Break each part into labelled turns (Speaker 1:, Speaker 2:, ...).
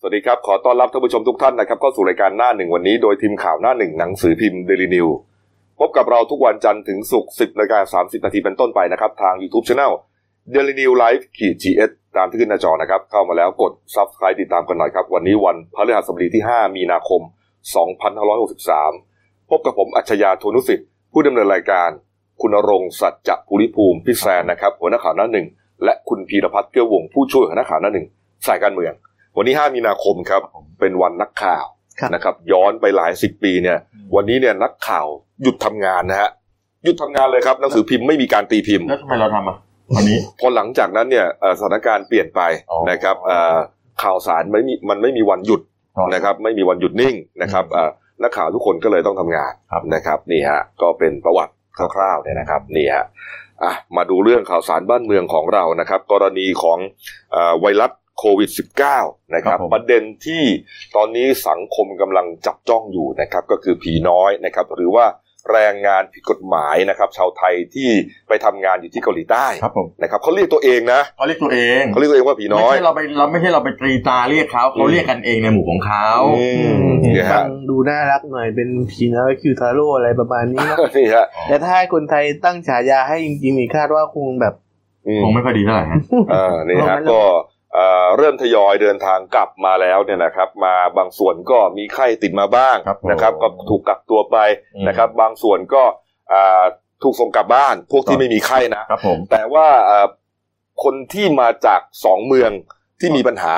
Speaker 1: สวัสดีครับ ขอต้อนรับท่านผู้ชมทุกท่านนะครับเข้าสู่รายการหน้าหนึ่งวันนี้โดยทีมข่าวหน้าหนึ่งหนังสือพิมพ์เดลินิวพบกับเราทุกวันจันทร์ถึงศุกร์10นาฬิกา30 นาทีเป็นต้นไปนะครับ ทาง YouTube Channel d a i l y New Life ขีด GS ตามที่ขึ้นหน้าจอนะครับ เข้ามาแล้วกด Subscribe ติดตามกันหน่อยครับ วันนี้วันพฤหัสบดีที่ 5 มีนาคม 2563 พบกับผมอัจฉริยะโทนุสิทธิ์ผู้ดำเนินรายการ คุณรงค์สัจจะภูริภูมิพี่แซนนะครับหัวหน้าข่าวหน้าหนึ่งและคุณพีรพัฒน์เกื้อวงศ์ผู้ช่วยหัวหน้าข่าวหน้าหนึ่งสายการเมือง วันนี้ 5 มีนาคมครับ เป็นวันนักข่าว
Speaker 2: ครับ
Speaker 1: นะครับ ย้อนไปหลายสิบปีเนี่ย
Speaker 2: อืม
Speaker 1: วันนี้เนี่ยนักข่าวหยุดทำงานนะฮะหยุดทำงานเลยครับหนังสือพิมพ์ไม่มีการตีพิมพ์
Speaker 3: แล้วทำไมเราทำอ่ะวันนี้
Speaker 1: พอหลังจากนั้นเนี่ยเอ่อสถานการณ์เปลี่ยนไป
Speaker 3: อ๋อ
Speaker 1: นะครับเอ่อข่าวสารไม่มีมันไม่มีวันหยุดนะครับ ไม่มีวันหยุดนิ่งนะครับเอ่อนักข่าวทุกคนก็เลยต้องทำงาน
Speaker 3: ครับ
Speaker 1: นะครับนี่ฮะก็เป็นประวัติคร่าวๆเนี่ยนะครับนี่ฮะอ่ะมาดูเรื่องข่าวสารบ้านเมืองของเรานะครับ กรณีของเอ่อไวรัสโควิด -19 นะครับ
Speaker 3: ครับผม
Speaker 1: ประเด็นที่ตอนนี้สังคมกำลังจับจ้องอยู่นะครับ ก็คือผีน้อยนะครับ หรือว่าแรงงานผิดกฎหมายนะครับ ชาวไทยที่ไปทำงานอยู่ที่เกาหลีใต้
Speaker 3: ครับผม
Speaker 1: นะครับเขาเรียกตัวเองนะ
Speaker 3: เขาเรียกตัวเอง
Speaker 1: เขาเรียกตัวเองว่าผีน้อย
Speaker 3: ไม่ใช่เราไปเราไม่ใช่เราไปตรีตราเรียกเขา
Speaker 1: อื
Speaker 3: เขา
Speaker 1: ม
Speaker 3: เรียกกันเองในหมู่ของเขา
Speaker 1: อืมเนี่ย
Speaker 2: ฟั
Speaker 1: ฮะ
Speaker 2: งดูน่ารักหน่อยเป็นผีน้อยคิวทาโร่อะไรประมาณนี้เนอะ
Speaker 1: นี่ฮะ
Speaker 2: แต่ถ้าให้คนไทยตั้งฉายาให้จริงๆนี่คาดว่าคงแบบ
Speaker 1: อืม
Speaker 3: คงไม่ค่อยดีเท่าไหร่ฮะ
Speaker 1: อ่านี่ฮะ
Speaker 2: เอามาเลย
Speaker 1: ก็เอ่อเริ่มทยอยเดินทางกลับมาแล้วเนี่ยนะครับ มาบางส่วนก็มีไข้ติดมาบ้าง
Speaker 3: ครับผม
Speaker 1: นะครับ ก็ถูกกักตัวไป
Speaker 3: อืม
Speaker 1: นะครับ บางส่วนก็อ่าถูกส่งกลับบ้าน พวกที่ไม่มีไข้นะ
Speaker 3: ครับผม
Speaker 1: แต่ว่าเอ่อคนที่มาจากสองเมืองที่มีปัญหา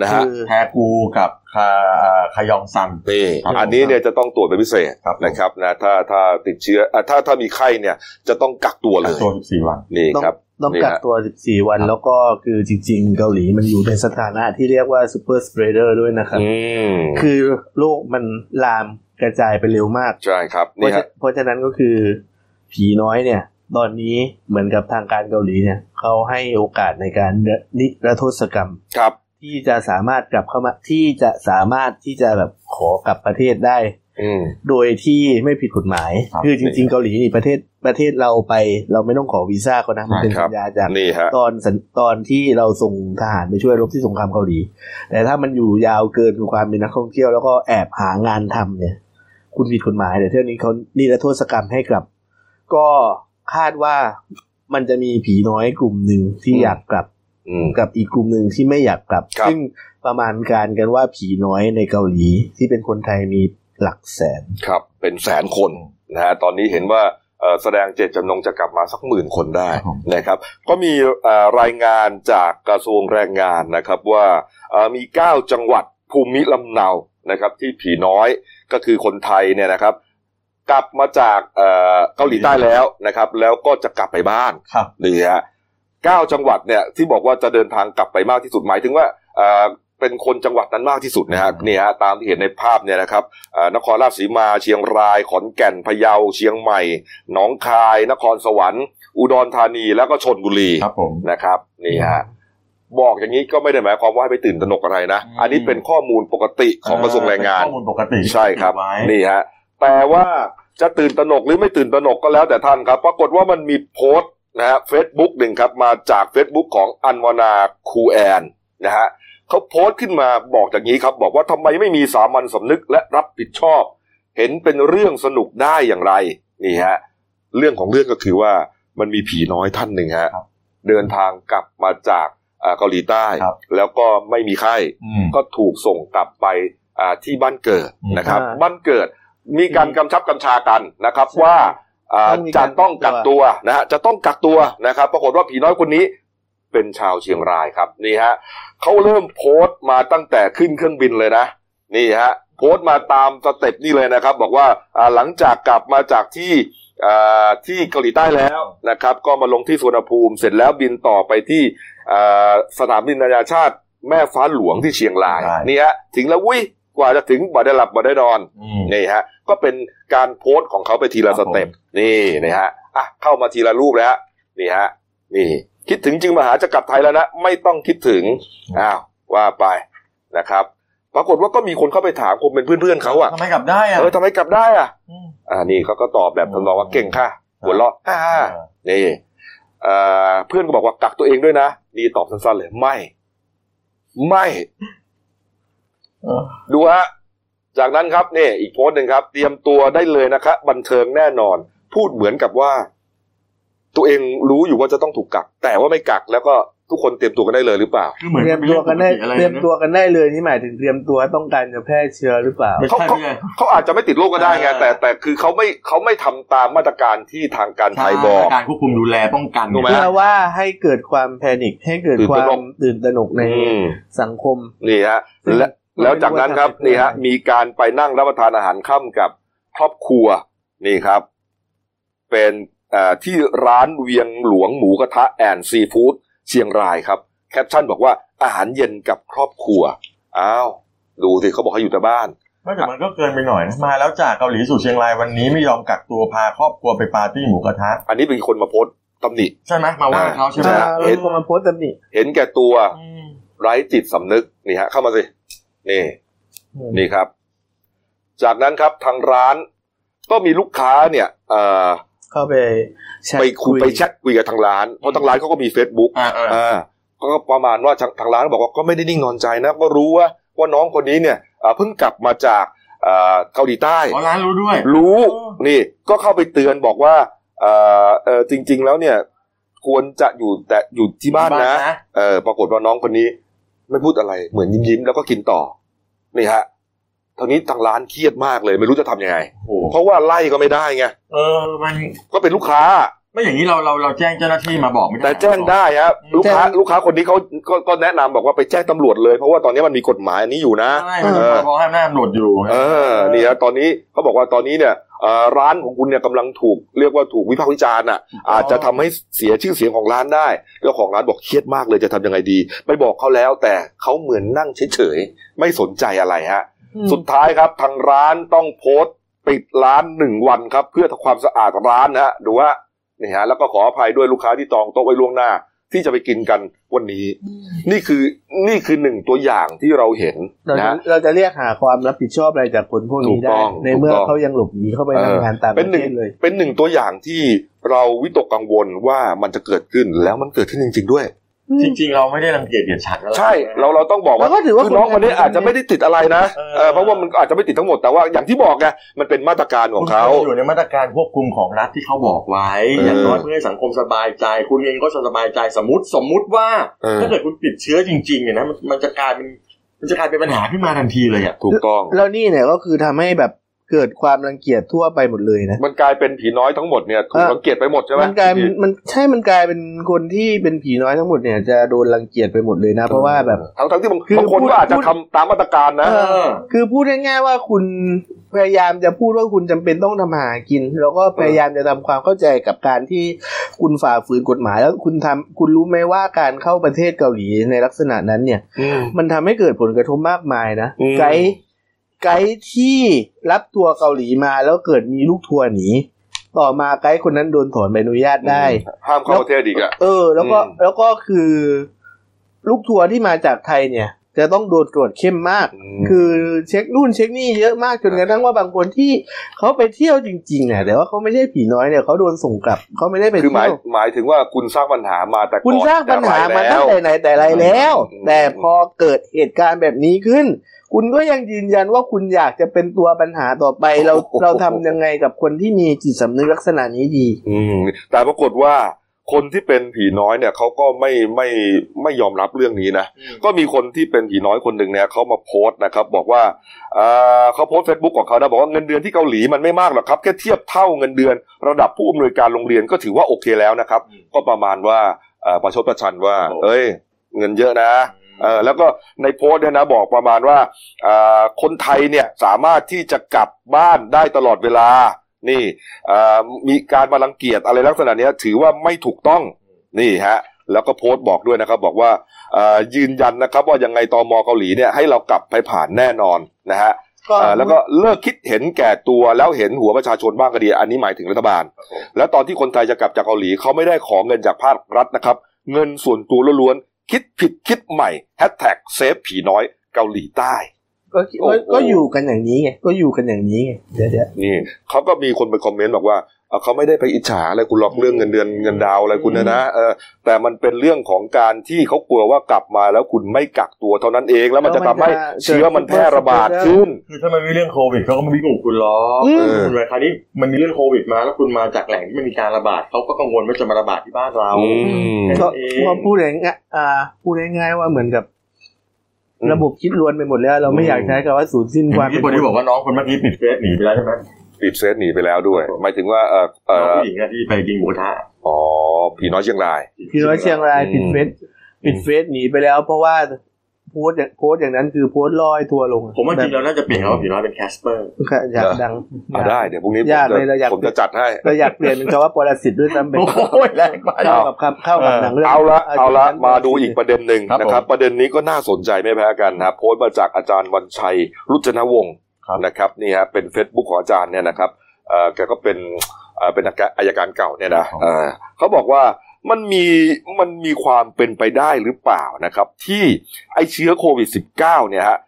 Speaker 1: นะฮะ
Speaker 2: คือ
Speaker 3: แทกูกับคาอ่าคายองซัง
Speaker 1: นี่
Speaker 3: ครับ
Speaker 1: อันนี้เนี่ยจะต้องตรวจเป็นพิเศษ
Speaker 3: ครับผม
Speaker 1: นะครับนะถ้าถ้าติดเชื้ออ่ะถ้าถ้ามีไข้เนี่ยจะต้องกักตัวเลย
Speaker 3: ตัว14วัน
Speaker 1: นี่
Speaker 2: ต้อง
Speaker 1: ครับ
Speaker 2: ต้อง
Speaker 1: นี่
Speaker 2: กัก
Speaker 1: ฮะ
Speaker 2: ตัว 14 วันแล้วก็คือจริง ๆ เกาหลีมันอยู่ในสถานะที่เรียกว่าซูเปอร์สเปรเดอร์ด้วยนะครับ
Speaker 1: อืม
Speaker 2: คือโรคมันลามกระจายไปเร็วมาก
Speaker 1: ใช่ครับ
Speaker 2: เพ
Speaker 1: นี่
Speaker 2: ราะฉะ
Speaker 1: ฮะ
Speaker 2: เพราะฉะนั้นก็คือผีน้อยเนี่ย ตอนนี้เหมือนกับทางการเกาหลีเนี่ยเขาให้โอกาสในการนิรโทษกรรม
Speaker 1: ครับ
Speaker 2: ที่จะสามารถกลับเข้ามาที่จะสามารถที่จะแบบขอกลับประเทศได้
Speaker 1: อืม
Speaker 2: โดยที่ไม่ผิดกฎหมาย
Speaker 3: ครับ
Speaker 2: คือจริง ๆ เกาหลีนี่ประเทศประเทศเราไป เราไม่ต้องขอวีซ่าเขานะมันเป็น
Speaker 1: ใช่ครั
Speaker 2: สั
Speaker 1: บ
Speaker 2: ญญาจาก
Speaker 1: นี่ฮะ
Speaker 2: ตอนสัญตอนที่เราส่งทหารไปช่วยรบที่สงครามเกาหลี แต่ถ้ามันอยู่ยาวเกินความเป็นนักท่องเที่ยวแล้วก็แอบหางานทำเนี่ย คุณผิดกฎหมายแต่เที่ยวนี้เขานิรโทษกรรมให้กลับ ก็คาดว่ามันจะมีผีน้อยกลุ่มหนึ่งที่อยากกลับ
Speaker 1: อืม
Speaker 2: กับอีกกลุ่มหนึ่งที่ไม่อยากกลับ
Speaker 1: ครับ
Speaker 2: ซึ่งประมาณการกันว่าผีน้อยในเกาหลีที่เป็นคนไทยมีหลักแสน
Speaker 1: ครับเป็นแสนคนนะฮะตอนนี้เห็นว่าเอ่อแสดงเจตจำนงจะกลับมาสักหมื่นคนได้
Speaker 3: ครับผม
Speaker 1: นะครับ ก็มีเอ่อรายงานจากกระทรวงแรงงานนะครับว่าเอ่อมี 9 จังหวัดภูมิลำเนานะครับที่ผีน้อยก็คือคนไทยเนี่ยนะครับ กลับมาจากเอ่อเกาหลีใต้แล้วนะครับ แล้วก็จะกลับไปบ้าน
Speaker 3: ครับ
Speaker 1: นี่ฮะเก้าจังหวัดเนี่ยที่บอกว่าจะเดินทางกลับไปมากที่สุดหมายถึงว่าเอ่อเป็นคนจังหวัดนั้นมากที่สุดนะฮะนี่ฮะตามที่เห็นในภาพเนี่ยนะครับเอ่อนครราชสีมาเชียงราย ขอนแก่นพะเยาเชียงใหม่หนองคาย นครสวรรค์ อุดรธานีแล้วก็ชนบุรี
Speaker 3: ครับผม
Speaker 1: นะครับนี่ฮะบอกอย่างนี้ก็ไม่ได้หมายความว่าให้ไปตื่นตระหนกอะไรนะ
Speaker 3: อืม
Speaker 1: อันนี้เป็นข้อมูลปกติของกระทรวงแรงงาน
Speaker 3: ข้อมูลปกติ
Speaker 1: ใช่ครับ
Speaker 3: เก็ไว้
Speaker 1: นี่ฮะแต่ว่าจะตื่นตระหนกหรือไม่ตื่นตระหนกก็แล้วแต่ท่านครับ ปรากฏว่ามันมีโพสต์นะฮะเฟซบุ๊กหนึ่งครับมาจาก Facebook ของอันวนาคูแอนนะฮะเขาโพสต์ขึ้นมาบอกอย่างนี้ครับ บอกว่าทำไมไม่มีสามัญสำนึกและรับผิดชอบ เห็นเป็นเรื่องสนุกได้อย่างไรนี่ฮะเรื่องของเรื่องก็คือว่ามันมีผีน้อยท่านหนึ่งฮะเดินทางกลับมาจากอ่าเกาหลีใต้ แล้วก็ไม่มีไข้
Speaker 3: อืม
Speaker 1: ก็ถูกส่งกลับไปอ่าที่บ้านเกิด
Speaker 3: อืม
Speaker 1: นะครับ
Speaker 2: อ่า
Speaker 1: บ้านเกิดมีการกำชับกำชากันนะครับว่าอ่า
Speaker 2: ต้องมี
Speaker 1: จะ
Speaker 2: การ
Speaker 1: ต้อง
Speaker 2: กั
Speaker 1: กัก
Speaker 2: กตั
Speaker 1: ตัว
Speaker 2: ว
Speaker 1: นะฮะจะต้องกักตัวนะครับ ปรากฏว่าผีน้อยคนนี้เป็นชาวเชียงรายครับนี่ฮะเขาเริ่มโพสต์มาตั้งแต่ขึ้นเครื่องบินเลยนะ นี่ฮะโพสต์มาตามสเต็ปนี่เลยนะครับ บอกว่าอ่าหลังจากกลับมาจากที่อ่าที่เกาหลีใต้แล้วนะครับ ก็มาลงที่สุวรรณภูมิเสร็จแล้วบินต่อไปที่อ่าสนามบินนานาชาติแม่ฟ้าหลวงที่เชียงราย
Speaker 3: เชียงราย
Speaker 1: นี่ฮะถึงแล้ววุ้ยกว่าจะถึงบ่ได้หลับบ่ได้นอน
Speaker 3: อืม
Speaker 1: นี่ฮะก็เป็นการโพสต์ของเขาไปทีละ
Speaker 3: ค
Speaker 1: ส
Speaker 3: รับผม
Speaker 1: เต็ปนี่นะฮะอ่ะเข้ามาทีละรูปแล้วฮะนี่ฮะนี่ คิดถึงจึงมาหาจะกลับไทยแล้วนะ ไม่ต้องคิดถึงอ้าวว่าไปนะครับ ปรากฏว่าก็มีคนเข้าไปถามคงเป็นเพื่อนๆเขาอะ
Speaker 3: ทำไมกลับได้อ่ะ
Speaker 1: เออทำไมกลับได้อะ
Speaker 3: อืม
Speaker 1: อ่านี่เขาก็ตอบแบบทำนองว่าเก่งค่ะหัวเราะอ่านี่เอ่อเพื่อนก็บอกว่ากักตัวเองด้วยนะนี่ตอบสั้นๆเลยไม่ ไม่
Speaker 3: เออ
Speaker 1: ดูฮะ จากนั้นครับนี่อีกโพสต์หนึ่งครับ เตรียมตัวได้เลยนะคะบันเทิงแน่นอน พูดเหมือนกับว่า ตัวเองรู้อยู่ว่าจะต้องถูกกัก แต่ว่าไม่กักแล้วก็ทุกคนเตรียมตัวกันได้เลยหรือเปล่า
Speaker 3: คือเหมือน
Speaker 2: เตรียมตัวกันได้
Speaker 3: อะไรนะ
Speaker 2: เตรียมตัวกันได้เลยนี่หมายถึงเตรียมตัวต้องการจะแพร่เชื้อหรือเปล่า
Speaker 3: ไม่ใช่
Speaker 1: เขา
Speaker 3: ไม่ใช่
Speaker 1: เขาอาจจะไม่ติดโรคก็ได้ไง
Speaker 3: อ่า
Speaker 1: แต่แต่คือเขาไม่เขาไม่ทำตามมาตรการที่ทางการไทยบอก
Speaker 3: การควบคุมดูแลป้องกัน
Speaker 1: ถูกไหม
Speaker 3: เนี่ย
Speaker 2: เพื่อว่าให้เกิดความแพนิคให้เกิดความตื่นตระหนกใน
Speaker 1: อืม
Speaker 2: สังคม
Speaker 1: นี่ฮะและแล้วจากนั้นครับ
Speaker 2: ไม่รู้ว่าจะ
Speaker 1: นี่ฮะ
Speaker 2: เป็นยังไง
Speaker 1: มีการไปนั่งรับประทานอาหารค่ำกับครอบครัวนี่ครับ เป็นเอ่อที่ร้านเวียงหลวงหมูกระทะแอนซีฟู้ดเชียงรายครับ แคปชั่นบอกว่าอาหารเย็นกับครอบครัวอ้าวดูสิเขาบอกให้อยู่แต่บ้าน
Speaker 3: ไม่แต่มันก็เกินไปหน่อยนะมาแล้วจากเกาหลีสู่เชียงรายวันนี้ไม่ยอมกักตัวพาครอบครัวไปปาร์ตี้หมูกระทะ
Speaker 1: อันนี้เป็นคนมาโพสต์ตำหนิ
Speaker 3: ใช่ไหมมาว่าเขาใช่ไหม
Speaker 1: อ่
Speaker 2: อ่าเราคงมาโพสต์ตำหนิ
Speaker 1: เห็นแก่ตัว
Speaker 3: อืม
Speaker 1: ไร้จิตสำนึกนี่ฮะเข้ามาสินี่ นี่ครับ จากนั้นครับทางร้านก็มีลูกค้าเนี่ยเอ่อ
Speaker 2: เข้าไปแชท
Speaker 1: ไปคุยไปแช
Speaker 2: คุ
Speaker 1: ทคุยกับทางร้าน เพราะทางร้านเขาก็มี Facebook
Speaker 3: อ่าเออ
Speaker 1: อ่าก็ประมาณว่าทางทางร้านบอกว่าก็ไม่ได้นิ่งนอนใจนะก็รู้ว่าว่าน้องคนนี้เนี่ยอ่าเพิ่งกลับมาจากอ่าเกาหลีใต้
Speaker 3: อ๋อร้านรู้ด้วย
Speaker 1: รู้
Speaker 3: เออ
Speaker 1: นี่ก็เข้าไปเตือนบอกว่าอ่าเอ่อจริง ๆ แล้วเนี่ย ควรจะอยู่แต่อยู่ที่บ้านนะเออปรากฏว่าน้องคนนี้ ไม่พูดอะไรเหมือนยิ้มๆแล้วก็กินต่อนี่ฮะทางนี้ทางร้านเครียดมากเลย ไม่รู้จะทำยังไง
Speaker 3: โอ้โห
Speaker 1: เพราะว่าไล่ก็ไม่ได้ไง
Speaker 3: เออมัน
Speaker 1: ก็เป็นลูกค้า
Speaker 3: ไม่อย่างนี้เราเราเราแจ้งเจ้าหน้าที่มาบอกไม่ได้
Speaker 1: แต่แจ้งได้ครับ
Speaker 3: อืม
Speaker 1: ลูกค้าลูกค้าคนนี้เขาก็ก็แนะนำบอกว่าไปแจ้งตำรวจเลย เพราะว่าตอนนี้มันมีกฎหมายอันนี้อยู่นะ
Speaker 3: ใช่มันเป็น
Speaker 1: เออ
Speaker 3: พรบห้ามหน้าตำรวจอยู่
Speaker 1: เออนี่ฮะตอนนี้เขาบอกว่าตอนนี้เนี่ยเอ่อร้านของคุณเนี่ยกำลังถูกเรียกว่าถูกวิพากษ์วิจารณ์อ่ะ
Speaker 3: อ๋ออ
Speaker 1: อาจจะทำให้เสียชื่อเสียงของร้านได้เจ้าของร้านบอกเครียดมากเลยจะทำยังไงดี ไปบอกเขาแล้วแต่เขาเหมือนนั่งเฉยๆไม่สนใจอะไรฮะ
Speaker 2: อืม
Speaker 1: สุดท้ายครับทางร้านต้องโพสต์ปิดร้านหนึ่งวันครับ เพื่อทำความสะอาดร้านนะฮะดูว่านี่ฮะแล้วก็ขออภัยด้วยลูกค้าที่จองโต๊ะไว้ล่วงหน้า ที่จะไปกินกันวันนี้ นี่คือนี่คือหนึ่งตัวอย่างที่เราเห็น
Speaker 2: เรา
Speaker 1: นะ
Speaker 2: จะ
Speaker 1: ฮะ
Speaker 2: เราจะเรียกหาความรับผิดชอบอะไรจากคนพวก
Speaker 1: ถู
Speaker 2: นี้
Speaker 1: กต้
Speaker 2: ได้
Speaker 1: อง
Speaker 2: ในเมื่อ
Speaker 1: ถูกต้อง
Speaker 2: เขายังหลบหนีเข้าไป
Speaker 1: เออ
Speaker 2: ทำงานต่างป
Speaker 1: เป็น
Speaker 2: ระ
Speaker 1: หนึ่
Speaker 2: เท
Speaker 1: ง
Speaker 2: ศเลย
Speaker 1: เป็นหนึ่งตัวอย่างที่เราวิตกกังวลว่ามันจะเกิดขึ้นแล้วมันเกิดขึ้นจริง ๆ ด้วย
Speaker 3: จริงๆ เราไม่ได้รังเกียจเกลียดชังแล้ว
Speaker 1: ใช่เราเราต้องบอกว่า
Speaker 2: แล้วก็ถือว่า
Speaker 1: คือน้อง
Speaker 2: คน
Speaker 1: คน
Speaker 2: ไทย
Speaker 1: นี้อาจจะไม่ได้ติดอะไรนะ
Speaker 3: เออ
Speaker 1: เออเพราะว่ามันอาจจะไม่ติดทั้งหมดแต่ว่าอย่างที่บอกไงมันเป็นมาตรการของเขา
Speaker 3: คุณควรจะอยู่ในมาตรการควบคุมของรัฐที่เขาบอกไว้
Speaker 1: เอออ
Speaker 3: อย่างน้อยเพื่อให้สังคมสบายใจ คุณเองก็สบายใจสมมติสมมุติว่า
Speaker 1: เออ
Speaker 3: ถ้าเกิดคุณติดเชื้อจริงๆเนี่ยนะมันมันจะกลายเป็นมันจะกลายเป็นปัญหาขึ้นมาทันทีเลยอ่ะ
Speaker 1: ถูกต้อง
Speaker 2: แล้วนี่เนี่ยก็คือทำให้แบบเกิดความรังเกียจทั่วไปหมดเลยนะ
Speaker 1: มันกลายเป็นผีน้อยทั้งหมดเนี่ยถูก
Speaker 2: เออ
Speaker 1: สังเกตไปหมดใช่ไหม
Speaker 2: มันกลาย
Speaker 1: พี่
Speaker 2: มันใช่มันกลายเป็นคนที่เป็นผีน้อยทั้งหมดเนี่ยจะโดนรังเกียจไปหมดเลยนะ เพราะว่าแบบ
Speaker 1: ทั้งทั้งที่บาง
Speaker 2: คือ
Speaker 1: คน
Speaker 2: พูด
Speaker 1: ก็อาจจะ
Speaker 2: พูด
Speaker 1: ทำตามมาตรการนะ
Speaker 2: เออ คือพูดง่ายๆว่าคุณพยายามจะพูดว่าคุณจำเป็นต้องทำหากิน แล้วก็พยายามจะทำความเข้าใจกับการที่คุณฝ่าฝืนกฎหมาย แล้วคุณทำคุณรู้ไหมว่าการเข้าประเทศเกาหลีในลักษณะนั้นเนี่ย มันทำให้เกิดผลกระทบมากมายนะ
Speaker 1: อืม
Speaker 2: ไกด์ไกด์ที่รับทัวร์เกาหลีมาแล้วเกิดมีลูกทัวร์หนีต่อมาไกด์คนนั้นโดนถอนใบอนุญาตได้
Speaker 1: ห้ามเข้าประเทศอีกอะ
Speaker 2: เออ แล้วก็
Speaker 1: อืม
Speaker 2: แล้วก็คือ ลูกทัวร์ที่มาจากไทยเนี่ย จะต้องโดนตรวจเข้มมาก คือเช็คนู่นเช็คนี่เยอะมากจนกระทั่งว่าบางคนที่เขาไปเที่ยวจริงๆเนี่ยแต่ว่าเขาไม่ใช่ผีน้อยเนี่ยเขาโดนส่งกลับเขาไม่ได้ไป
Speaker 1: คือหมา
Speaker 2: เที่
Speaker 1: ย
Speaker 2: ยว
Speaker 1: หมายถึงว่าคุณสร้างปัญหามาแต่ก่อน
Speaker 2: คุณสร้างปัญหามาตั้งแต่
Speaker 1: จะอะไร
Speaker 2: ไหนแต่ไรแล้ว
Speaker 1: อืม
Speaker 2: แต่พอเกิดเหตุการณ์แบบนี้ขึ้น คุณก็ยังยืนยันว่าคุณอยากจะเป็นตัวปัญหาต่อไป เรา
Speaker 1: โอ้โห
Speaker 2: เราทำยังไงกับคนที่มีจิตสำนึกลักษณะนี้ดี
Speaker 1: อืมแต่ปรากฏว่าคนที่เป็นผีน้อยเนี่ยเขาก็ไม่ไม่ไม่ยอมรับเรื่องนี้นะ ก็มีคนที่เป็นผีน้อยคนหนึ่งเนี่ยเขามาโพสต์นะครับ บอกว่าเอ่อเขาโพสเฟซบุ๊กของเขานะบอกว่าเงินเดือนที่เกาหลีมันไม่มากหรอกครับแค่เทียบเท่าเงินเดือน ระดับผู้อำนวยการโรงเรียนก็ถือว่าโอเคแล้วนะครับ
Speaker 3: อืม
Speaker 1: ก็ประมาณว่าเอ่อประชดประชันว่า
Speaker 3: โอ้
Speaker 1: เอ้ย เงินเยอะนะ เออแล้วก็ในโพสต์เนี่ยนะบอกประมาณว่าเอ่อคนไทยเนี่ยสามารถที่จะกลับบ้านได้ตลอดเวลา นี่เอ่อมีการมารังเกียจอะไรลักษณะเนี้ยถือว่าไม่ถูกต้องนี่ฮะแล้วก็โพสต์บอกด้วยนะครับ บอกว่าเอ่อยืนยันนะครับ ว่ายังไงตมเกาหลีเนี่ยให้เรากลับไปผ่านแน่นอนนะฮะ
Speaker 2: ก็
Speaker 1: เอ่อแล้วก็เลิกคิดเห็นแก่ตัวแล้วเห็นหัวประชาชนบ้างก็ดี อันนี้หมายถึงรัฐบาล แล้วตอนที่คนไทยจะกลับจากเกาหลีเขาไม่ได้ขอเงินจากภาครัฐนะครับ เงินส่วนตัวล้วนๆคิดผิดคิดใหม่แฮชแท็กเซฟผีน้อยเกาหลีใต้
Speaker 2: ก็คิดว่าก็อยู่กันอย่างนี้ไงก็อยู่กันอย่างนี้ไงเดี๋ยวเดี๋ยว
Speaker 1: นี่เขาก็มีคนไปคอมเมนต์บอกว่าเอ่อเขาไม่ได้ไปอิจฉาอะไรคุณหรอกเรื่องเงินเดือนเงินดาวอะไรคุณนะนะเออแต่มันเป็นเรื่องของการที่เขากลัวว่ากลับมาแล้วคุณไม่กักตัวเท่านั้นเอง แล้วมันจะทำให้เชื้อมันแพร่ระบาดขึ้น
Speaker 3: คือถ้ามันมีเรื่องโควิดเขาก็ไม่มีกลุ่มคุณล้อก
Speaker 1: อืม
Speaker 3: คุณไปคราวนี้มันมีเรื่องโควิดมาแล้วคุณมาจากแหล่งที่มันมีการระบาดเขาก็กังวลว่าจะมาระบาดที่บ้านเรา
Speaker 1: อืม
Speaker 2: ก็
Speaker 3: เอง
Speaker 2: ก็พูดอย่างง่ายอ่าพูดง่ายๆว่าเหมือนกับ
Speaker 1: อืม
Speaker 2: ระบบคิดล้วนไปหมดแล้ว เราไม่
Speaker 3: อืม
Speaker 2: อยากใช้คำว่าศูนย์สิ้นความ
Speaker 3: ที่คนที่บอกว่าน้องคนเมื่อกี้ปิดเฟซหนีไปแล้วใช่ไหม
Speaker 1: ปิดเซตหนีไปแล้วด้วย หมายถึงว่าเออเอ
Speaker 3: น้
Speaker 1: อ
Speaker 3: องผู้หญิงอะที่ไปกินหมูกระทะ
Speaker 1: อ๋อผีน้อยเชียงราย
Speaker 2: พี่น้อยเชียงราย
Speaker 1: อืม
Speaker 2: ปิดเฟซปิดเฟซหนีไปแล้ว เพราะว่าโพสต์อย่างโพสต์อย่างนั้นคือโพสต์ลอยทัวร์ลง
Speaker 3: ผมว่าจริงๆแล้วน่าจะเปลี่ยนคำว่าผีน้อยเป็นแคสเปอร์
Speaker 2: ค่ะอยากดัง
Speaker 1: อ่ะได้เดี๋ยวพรุ่งนี้ผม
Speaker 2: ยาก
Speaker 1: จะ
Speaker 2: เลยเราอยาก
Speaker 1: ผมจะจัดให้
Speaker 2: เราอยากเปลี่ยนเป็นคำว่าปรสิตด้วยซ้ำไป
Speaker 3: โอ้ยแรงไป
Speaker 2: เข้ากับคำเข้ากับหนังเรื่อง
Speaker 1: เอาละเอาละ
Speaker 2: จริงๆ
Speaker 1: มาดูอีกประเด็นหนึ่ง
Speaker 3: ครับ
Speaker 1: นะครับ
Speaker 3: ผม
Speaker 1: ประเด็นนี้ก็น่าสนใจไม่แพ้กันนะครับโพสต์มาจากอาจารย์วันชัย รุจนวงศ์
Speaker 3: ครับ
Speaker 1: นะครับนี่ฮะเป็น Facebook ของอาจารย์เนี่ยนะครับเอ่อแกก็เป็นเอ่อเป็นอายการเก่าเนี่ยนะเอ่อเขาบอกว่ามันมีมันมีความเป็นไปได้หรือเปล่านะครับ ที่ไอเชื้อโควิด -19 เนี่ยฮะ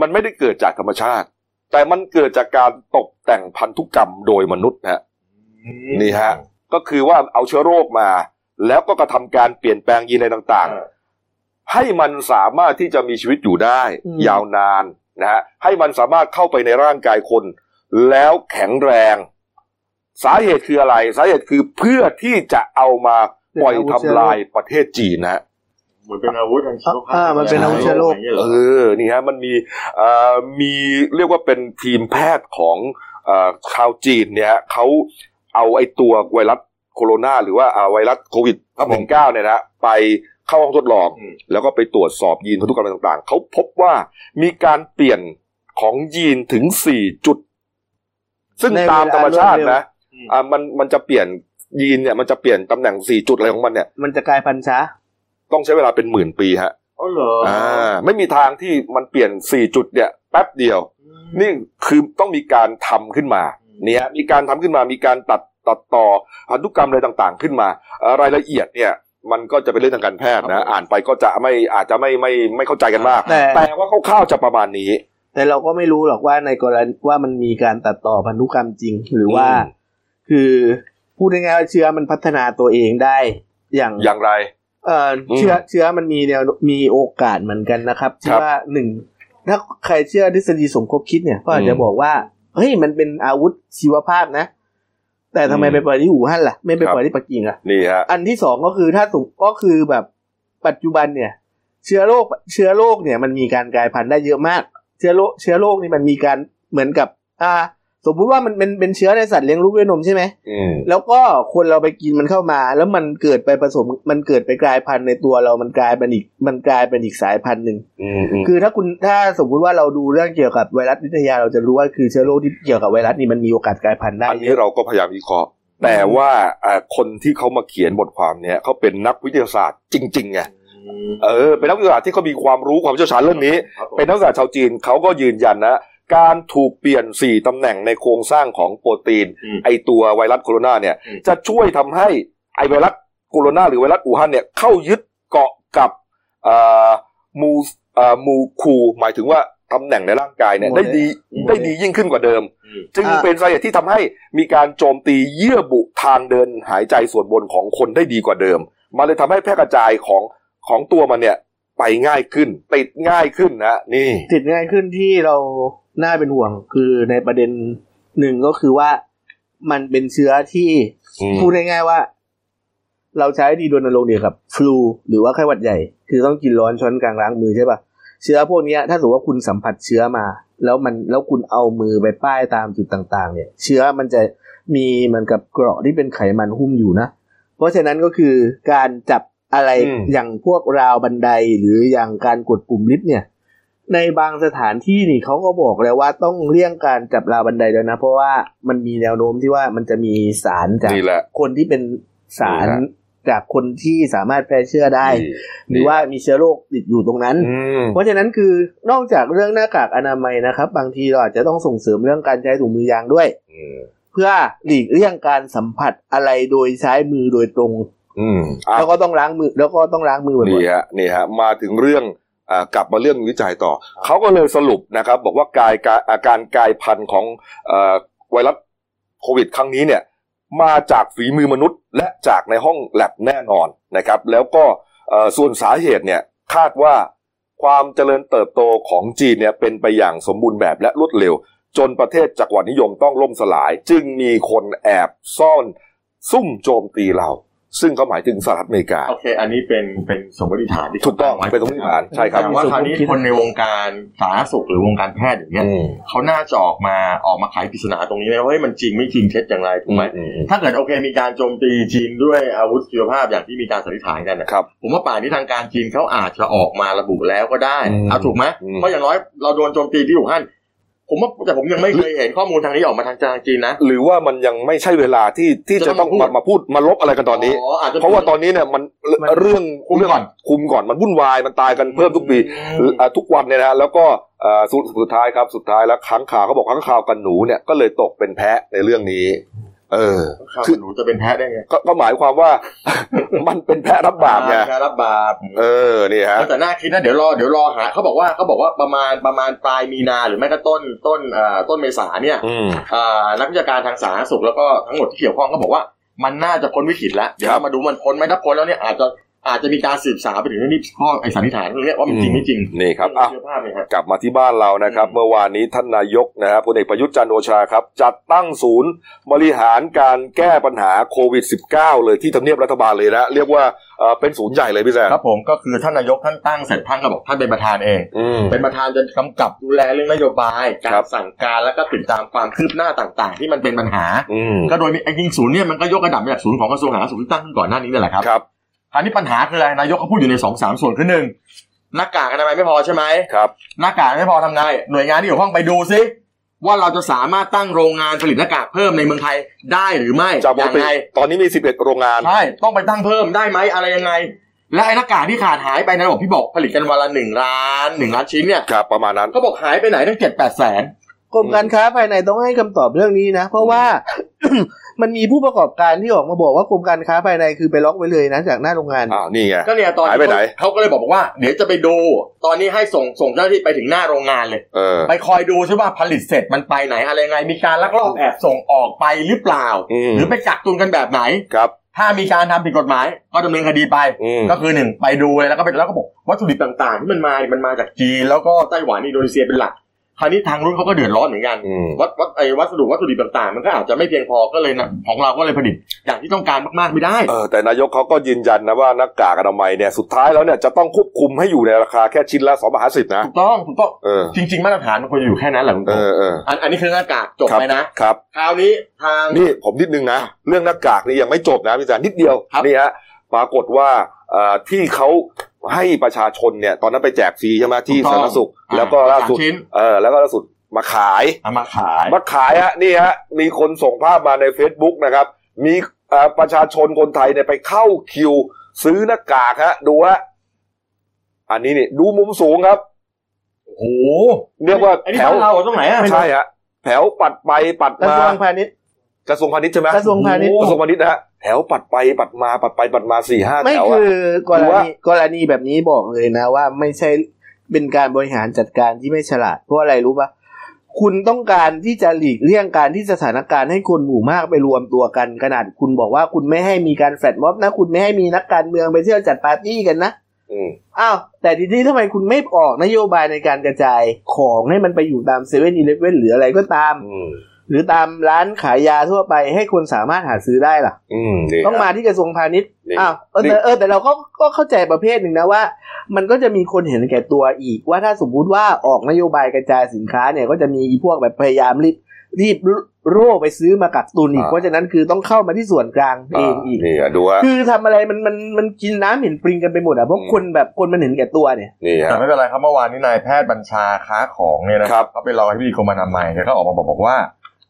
Speaker 1: มันไม่ได้เกิดจากธรรมชาติ แต่มันเกิดจากการตกแต่งพันธุกรรมโดยมนุษย์นะฮะ นี่ฮะก็คือว่าเอาเชื้อโรคมา แล้วก็กระทำการเปลี่ยนแปลงยีนอะไรต่าง
Speaker 3: เออ
Speaker 1: ๆ ให้มันสามารถที่จะมีชีวิตอยู่ได้ ยาวนานนะฮะให้มันสามารถเข้าไปในร่างกายคน แล้วแข็งแรง สาเหตุคืออะไร สาเหตุคือเพื่อที่จะเอามาปล่อยทำลายประเทศจีนนะฮะ
Speaker 3: เหมือนเป็นอาวุธทางชีวภาพ
Speaker 2: อ่ามันเป็นอาวุธเชื้อโรค
Speaker 3: ย่างงี้ยเหรอ
Speaker 1: เออ นี่ฮะ มันมีเอ่อมีเรียกว่าเป็นทีมแพทย์ของเอ่อชาวจีนเนี่ยเขาเอาไอ้ตัวไวรัสโคโรนาหรือว่าอ่าไวรัสโควิด
Speaker 3: ครับผม
Speaker 1: 19เนี่ยนะไปเข้าห้องทดลอง
Speaker 3: อืม
Speaker 1: แล้วก็ไปตรวจสอบยีนพันธุกรรมอะไรต่างๆ เขาพบว่ามีการเปลี่ยนของยีนถึง 4 จุด ซึ่ง
Speaker 2: ในเวลา
Speaker 1: ตามธรรมชาติ
Speaker 2: รวดเร็ว
Speaker 1: นะอ่ามันมันจะเปลี่ยนยีนเนี่ยมันจะเปลี่ยนตำแหน่ง 4 จุดอะไรของมันเนี่ย
Speaker 2: มันจะกลายพันธุ์ช้า
Speaker 1: ต้องใช้เวลาเป็นหมื่นปีฮะ
Speaker 3: อ๋อเหรออ
Speaker 1: อ่าไม่มีทางที่มันเปลี่ยน 4 จุดเนี่ยแป๊บเดียว นี่คือต้องมีการทำขึ้นมาเนี่ยมีการทำขึ้นมามีการตัดตัดต่อพันธุกรรมอะไรต่างๆ ขึ้นมาเอ่อรายละเอียดเนี่ยมันก็จะเป็นเรื่องทางการแพทย์นะอ่านไปก็จะไม่อาจจะไม่ไม่ไม่เข้าใจกันมาก
Speaker 2: แต่
Speaker 1: แต่ว่าคร่าวๆจะประมาณนี้
Speaker 2: แต่เราก็ไม่รู้หรอกว่าในกรณีว่ามันมีการตัดต่อพันธุกรรมจริง หรือว่า
Speaker 1: อืม
Speaker 2: คือพูดง่ายๆว่าเชื้อมันพัฒนาตัวเองได้ อย่าง
Speaker 1: อย่างไร
Speaker 2: เอออ
Speaker 1: ม
Speaker 2: เชื้อเชื้อมันมีแนวมีโอกาสเหมือนกันนะครับที่
Speaker 1: ครับ
Speaker 2: ว่าหนึ่งถ้าใครเชื่อทฤษฎีสมคบคิดเนี่ยก็อาจ
Speaker 1: อืม
Speaker 2: จะบอกว่าเฮ้ยมันเป็นอาวุธชีวภาพนะ แต่ทำไม
Speaker 1: อืม
Speaker 2: ไปปล่อยที่อู่ฮั่นล่ะ ไม่ไป
Speaker 1: ครับ
Speaker 2: ปล่อยที่ปักกิ่งล่ะ
Speaker 1: นี่ฮะ
Speaker 2: อันที่สองก็คือถ้าสมก็คือแบบปัจจุบันเนี่ย เชื้อโรคเชื้อโรคเนี่ยมันมีการกลายพันธุ์ได้เยอะมาก เชื้อโรคเชื้อโรคนี่มันมีการเหมือนกับ อ่า สมมุติว่ามันเป็นเป็นเชื้อในสัตว์เลี้ยงลูกด้วยนมใช่ไหม
Speaker 1: อืม
Speaker 2: แล้วก็คนเราไปกินมันเข้ามา แล้วมันเกิดไปผสมมันเกิดไปกลายพันธุ์ในตัวเรามันกลายเป็นอีกมันกลายเป็นอีกสายพันธุ์หนึ่ง
Speaker 1: อืมอืม
Speaker 2: คือถ้าคุณถ้าสมมุติว่าเราดูเรื่องเกี่ยวกับไวรัสวิทยาเราจะรู้ว่าคือเชื้อโรคที่เกี่ยวกับไวรัสนี่มันมีโอกาสกลายพันธุ์ได้
Speaker 1: อันนี้เราก็พยายามวิเคราะห์แต่ว่าอ่าคนที่เขามาเขียนบทความเนี่ยเขาเป็นนักวิทยาศาสตร์จริงๆไงเออเป็นนักวิทยาศาสตร์ที่เขามีความรู้ความเชี่ยวชาญเรื่องนี้
Speaker 3: ครับผม
Speaker 1: เป็นนักศึกษาชาวจีนเขาก็ยืนยันนะ การถูกเปลี่ยน 4ตำแหน่งในโครงสร้างของโปรตีน
Speaker 3: อืม
Speaker 1: ไอตัวไวรัสโคโรนาเนี่ย
Speaker 3: อืม
Speaker 1: จะช่วยทำให้ไอไวรัสโคโรนาหรือไวรัสอู่ฮั่นเนี่ยเข้ายึดเกาะกับเอ่อหมูเอ่อหมูคูหมายถึงว่าตำแหน่งในร่างกายเนี่ยได้ดีได้ดียิ่งขึ้นกว่าเดิม
Speaker 3: อืม
Speaker 1: จึงเป็นสาเหตุที่ทำให้มีการโจมตีเยื่อบุทางเดินหายใจส่วนบนของคนได้ดีกว่าเดิม มันเลยทำให้แพร่กระจายของของตัวมันเนี่ยไปง่ายขึ้น ติดง่ายขึ้นนะนี่
Speaker 2: ติดง่ายขึ้นที่เราน่าเป็นห่วงคือในประเด็นหนึ่งก็คือว่ามันเป็นเชื้อที่
Speaker 1: อืม
Speaker 2: พูดง่ายๆว่า เราใช้ดีโดนลงค์เดียวกับฟลูหรือว่าไข้หวัดใหญ่ คือต้องกินร้อนช้อนกลางล้างมือใช่ปะเชื้อพวกเนี้ย ถ้าสมมติว่าคุณสัมผัสเชื้อมา แล้วมันแล้วคุณเอามือไปป้ายตามจุดต่าง ๆ เนี่ย เชื้อมันจะมีเหมือนกับเกราะที่เป็นไขมันหุ้มอยู่นะ เพราะฉะนั้นก็คือการจับอะไร
Speaker 1: อืม
Speaker 2: อย่างพวกราวบันไดหรืออย่างการกดปุ่มลิฟต์เนี่ย ในบางสถานที่นี่เขาก็บอกแล้วว่าต้องเลี่ยงการจับราวบันไดแล้วนะ เพราะว่ามันมีแนวโน้มที่ว่ามันจะมีสารจาก
Speaker 1: นี่แหละ
Speaker 2: คนที่เป็นสาร
Speaker 1: นี่แหละ
Speaker 2: จากคนที่สามารถแพร่เชื้อได้
Speaker 1: นี่
Speaker 2: หรือว่ามีเชื้อโรคติดอยู่ตรงนั้น
Speaker 1: อืม
Speaker 2: เพราะฉะนั้นคือนอกจากเรื่องหน้ากากอนามัยนะครับ บางทีเราอาจจะต้องส่งเสริมเรื่องการใช้ถุงมือยางด้วย
Speaker 1: อืม
Speaker 2: เพื่อหลีกเลี่ยงการสัมผัสอะไรโดยใช้มือโดยตรง
Speaker 1: อืมอ่ะ
Speaker 2: แล้วก็ต้องล้างมือแล้วก็ต้องล้างมือบ่อย
Speaker 1: นี่ฮะนี่ฮะมาถึงเรื่อง อ่ากลับมาเรื่องวิจัยต่อ เขาก็เลยสรุปนะครับ บอกว่ากายกาอาการกลายพันธุ์ของเอ่อไวรัสโควิดครั้งนี้เนี่ย มาจากฝีมือมนุษย์ และจากในห้องแลบแน่นอนนะครับ แล้วก็เอ่อส่วนสาเหตุเนี่ยคาดว่าความเจริญเติบโตของจีนเนี่ยเป็นไปอย่างสมบูรณ์แบบและรวดเร็ว จนประเทศจักรวรรดินิยมต้องล่มสลาย จึงมีคนแอบซ่อนซุ่มโจมตีเรา ซึ่งเขาหมายถึงสหรัฐอเมริกา
Speaker 3: โอเค อันนี้เป็นเป็นสมมติฐานที่
Speaker 1: ถูกต้อง
Speaker 3: ขาตั้ไว้
Speaker 1: เป็นสมมติฐานใช่ครับ
Speaker 3: แต่ว่าคราวนี้คนในวงการสาธารณสุขหรือวงการแพทย์อย่างเงี้ย
Speaker 1: อืม
Speaker 3: เขาน่าจะออกมาออกมาไขปริศนาตรงนี้นะว่าเฮ้ยมันจริงไม่จริงเท็จอย่างไรถูกไหม
Speaker 1: อืมอืม
Speaker 3: ถ้าเกิดโอเคมีการโจมตีจีนด้วยอาวุธชีวภาพอย่างที่มีการสันนิษฐานกันนะครับ ผมว่าป่านนี้ทางการจีนเขาอาจจะออกมาระบุแล้วก็ได้
Speaker 1: อืม
Speaker 3: เอาถูกไหม
Speaker 1: อืม
Speaker 3: เพราะอย่างน้อยเราโดนโจมตีที่อู่ฮั่นผมว่าแต่ผมยังไม่เคยเห็นข้อมูลทางนี้ออกมาทางการจีนนะ
Speaker 1: หรือว่ามันยังไม่ใช่เวลาที่ที่จะต้องมามาพูดมาลบอะไรกันตอนนี้
Speaker 3: อาจจ
Speaker 1: เพราะว่าตอนนี้เนี่ยมัน
Speaker 2: มัน
Speaker 1: เรื่อง
Speaker 2: คุมก่อน
Speaker 1: คุมก่อนมันวุ่นวายมันตายกันเพิ่มทุกปี
Speaker 3: อืม
Speaker 1: เอ่อทุกวันเนี่ยนะแล้วก็เอ่อสุดสุดท้ายครับสุดท้ายแล้วขังข่าวเขาบอกขังข่าวกันหนูเนี่ยก็เลยตกเป็นแพะในเรื่องนี้ เออ
Speaker 3: ข่าว
Speaker 1: คือ
Speaker 3: หนูจะเป็นแพ้ได้ไง
Speaker 1: ก็ก็หมายความ ว่า มันเป็นแพะรับบาปไง
Speaker 3: แพ้รับบาป
Speaker 1: เออนี่ฮะ
Speaker 3: แต่น่าคิดนะเดี๋ยวรอเดี๋ยวรอหาเขาบอกว่าเขาบอกว่าประมาณประมาณปลายมีนาหรือไม่ก็ต้นต้นเอ่อต้นเมษาเนี่ย
Speaker 1: อืม
Speaker 3: อ่านักวิชาการทางสาธารณสุขแล้วก็ทั้งหมดที่เกี่ยวข้องก็บอกว่ามันน่าจะพ้นวิกฤตแล้วเดี๋ยว
Speaker 1: ครับ
Speaker 3: เรามาดูมันพ้นไหมถ้าพ้นแล้วเนี่ยอาจจะอาจจะมีการสืบสาวไปถึงเรื่องนี้ข้อไอสันนิษฐานเรื่องเนี้ยว่ามันจริ
Speaker 1: อื
Speaker 3: ง
Speaker 1: ม
Speaker 3: ไม่จริง
Speaker 1: นี่ครับอ่ะ
Speaker 3: เชื่อภาพเลยครับ
Speaker 1: กลับมาที่บ้านเรานะครับ
Speaker 3: อืม
Speaker 1: เมื่อวานนี้ท่านนายกนะฮะพลเอกประยุทธ์จันทร์โอชาครับ จัดตั้งศูนย์บริหารการแก้ปัญหาโควิด -19 เลยที่ทำเนียบรัฐบาลเลยนะ เรียกว่าเอ่อเป็นศูนย์ใหญ่เลยพี่แซม
Speaker 3: ครับผมก็คือท่านนายกท่านตั้งเสร็จท่านก็บอกท่านเป็นประธานเอง
Speaker 1: อืม
Speaker 3: เป็นประธานจะกำกับดูแลเรื่องนโยบาย กา
Speaker 1: ครั
Speaker 3: ร
Speaker 1: บ
Speaker 3: สั่งการแล้วก็ติดตามความคืบหน้าต่างๆ ที่มันเป็นปัญหา
Speaker 1: อืม
Speaker 3: ก็โดยมีไอ้ยิงศูนย์เนี่ยมันก็ยกระดับมาจากศูนย์ของกระทรวงสาธารณสุขที่ตั้งขึ้นก่อนหน้านี้นี่แหละครับ
Speaker 1: ครับ
Speaker 3: คราวนี้ปัญหาคืออะไรนายกเขาพูดอยู่ในสองสามส่วนคือหนึ่งหน้ากากอนามัยไม่พอใช่ไหม
Speaker 1: ครับ
Speaker 3: หน้ากากไม่พอทำไงหน่วยงานที่เกี่ยวข้องไปดูซิว่าเราจะสามารถตั้งโรงงานผลิตหน้ากากเพิ่มในเมืองไทยได้หรือไม่
Speaker 1: จากป
Speaker 3: อก ย่าง
Speaker 1: ติ
Speaker 3: ไร
Speaker 1: ตอนนี้มี 11 โรงงาน
Speaker 3: ใช่ต้องไปตั้งเพิ่มได้ไหมอะไรยังไง และไอ้หน้ากากที่ขาดหายไปในระบบที่บอกผลิตกันวันละหนึ่งล้านหนึ่งล้านชิ้นเนี่ย
Speaker 1: ครับ ประมาณนั้น
Speaker 3: ก็บอกหายไปไหนตั้งเจ็ดแปดแสน
Speaker 2: กรมการค้าภายในต้องให้คำตอบเรื่องนี้นะ เพราะว่า มันมีผู้ประกอบการที่ออกมาบอกว่ากรมการค้าภายในคือไปล็อกไว้เลยนะจากหน้าโรงงาน
Speaker 1: อ้าว นี่ไง
Speaker 3: ก็เนี่ยตอน
Speaker 1: หายไปไหน
Speaker 3: เขาก็เลยบอกว่า เดี๋ยวจะไปดู ตอนนี้ให้ส่งส่งเจ้าหน้าที่ไปถึงหน้าโรงงานเลย
Speaker 1: เออ
Speaker 3: ไปคอยดูซิว่าผลิตเสร็จมันไปไหนอะไรยังไง มีการลักลอบแอบส่งออกไปหรือเปล่า
Speaker 1: อืม
Speaker 3: หรือไปกักตุนกันแบบไหน
Speaker 1: ครับ
Speaker 3: ถ้ามีการทำผิดกฎหมาย ก็ดำเนินคดีไป
Speaker 1: อืม
Speaker 3: ก็คือหนึ่งไปดูเลยแล้วก็ไปแล้วก็บอกวัตถุดิบต่างๆที่มันมาเนี่ยมันมาจากจีนแล้วก็ไต้หวันอินโดนีเซียเป็นหลัก คราวนี้ทางรุ่นเขาก็เดือดร้อนเหมือนกัน
Speaker 1: อืม
Speaker 3: วัดวัดไอ้วัสดุวัตถุดิบต่างๆ มันก็อาจจะไม่เพียงพอก็เลยนะของเราก็เลยผลิตอย่างที่ต้องการมากๆไม่ได้
Speaker 1: เออแต่นายกเขาก็ยืนยันนะว่าหน้ากากอนามัยเนี่ยสุดท้ายแล้วเนี่ยจะต้องควบคุมให้อยู่ในราคาแค่ชิ้นละ2บาท50นะ
Speaker 3: ถูกต้องถูกต้อง
Speaker 1: เออ
Speaker 3: จริงๆ มาตรฐานมันควรจะอยู่แค่นั้นแหละคุณ
Speaker 1: เอ
Speaker 3: โต
Speaker 1: อเออ
Speaker 3: อันอันนี้คือหน้ากากจบไปนะ
Speaker 1: ครับ
Speaker 3: คราวนี้ทาง
Speaker 1: นี่ผมนิดนึงนะ เรื่องหน้ากากนี่ยังไม่จบนะพี่แานนิดเดียว
Speaker 3: ครับ
Speaker 1: นี่ฮะปรากฏว่าเอ่อที่เขาให้ประชาชนเนี่ย ตอนนั้นไปแจกฟรีใช่ไหมที่สาธารณสุข
Speaker 3: อ่ะ
Speaker 1: แล้วก็ล่าสุด
Speaker 3: สมชิ้น
Speaker 1: เออแล้วก็ล่าสุดมาขาย
Speaker 3: เอามาขาย
Speaker 1: มาขายฮะนี่ฮะมีคนส่งภาพมาใน Facebook นะครับ มีเอ่อประชาชนคนไทยเนี่ยไปเข้าคิว ซื้อหน้ากากฮะดูฮะอันนี้นี่ดูมุมสูงครับ
Speaker 3: โอ้โห
Speaker 1: เรียกว่า
Speaker 3: ไอ้นี่
Speaker 1: แถว
Speaker 3: บ้านเราตรงไหนอ่ะ
Speaker 1: ใช่ฮะแถวปัดไปปัด
Speaker 2: กระ
Speaker 1: มา
Speaker 2: ทรวงพาณิชย์
Speaker 1: กระทรวงพาณิชย์ใช่ไหม
Speaker 2: กระทรวงพาณิชย์
Speaker 1: กระทรวงพาณิชย์นะฮะแถวปัดไปปัดมาปัดไปปัดมาสี่ห้า
Speaker 2: ไม่
Speaker 1: แถว
Speaker 2: คื
Speaker 1: อะ
Speaker 2: อกร
Speaker 1: หรือว่า
Speaker 2: ณีกรณีแบบนี้บอกเลยนะว่าไม่ใช่เป็นการบริหารจัดการที่ไม่ฉลาด เพราะอะไรรู้ปะคุณต้องการที่จะหลีกเลี่ยงการที่สถานการณ์ให้คนหมู่มากไปรวมตัวกันขนาดคุณบอกว่าคุณไม่ให้มีการแฟลตม็อบนะ คุณไม่ให้มีนักการเมืองไปเที่ยวจัดปาร์ตี้กันนะ
Speaker 1: อืม
Speaker 2: อ้าวแต่ทีนี้ทำไมคุณไม่ออกนโยบายในการกระจายของให้มันไปอยู่ตามเซเว่นอีเลฟเว่นหรืออะไรก็ตาม
Speaker 1: อืม
Speaker 2: หรือตามร้านขายยาทั่วไปให้คนสามารถหาซื้อได้ล่ะ
Speaker 1: อืมนี่
Speaker 2: ต้องมา
Speaker 1: ฮะ
Speaker 2: ที่กระทรวงพาณิชย์
Speaker 1: นี่
Speaker 2: อ้าวเออ
Speaker 1: นี่
Speaker 2: แต่เออแต่เราก็ก็เข้าใจประเภทหนึ่งนะว่า มันก็จะมีคนเห็นแก่ตัวอีก ว่าถ้าสมมุติว่าออกนโยบายกระจายสินค้าเนี่ยก็จะมีพวกแบบพยายามรีบรีบโร่ไปซื้อมากักตุนอีก เพราะฉะนั้นคือต้องเข้ามาที่ส่วนกลางเองอีก
Speaker 1: นี่อะดูฮะ
Speaker 2: คือทำอะไรมันมันมันกินน้ำเห็นปริงกันไปหมดอ่ะเพราะ
Speaker 1: อืม
Speaker 2: คนแบบคนมันเห็นแก่ตัวเนี่ย
Speaker 1: นี่ฮะ
Speaker 3: แต่ไม่เป็นไรครับเมื่อวานนี้นายแพทย์บัญชาค้าของเนี่ยนะครับ ก็ไปรองให้พี่กรมอนามัยเนี่ยก็ออกมาบอกบอกว่า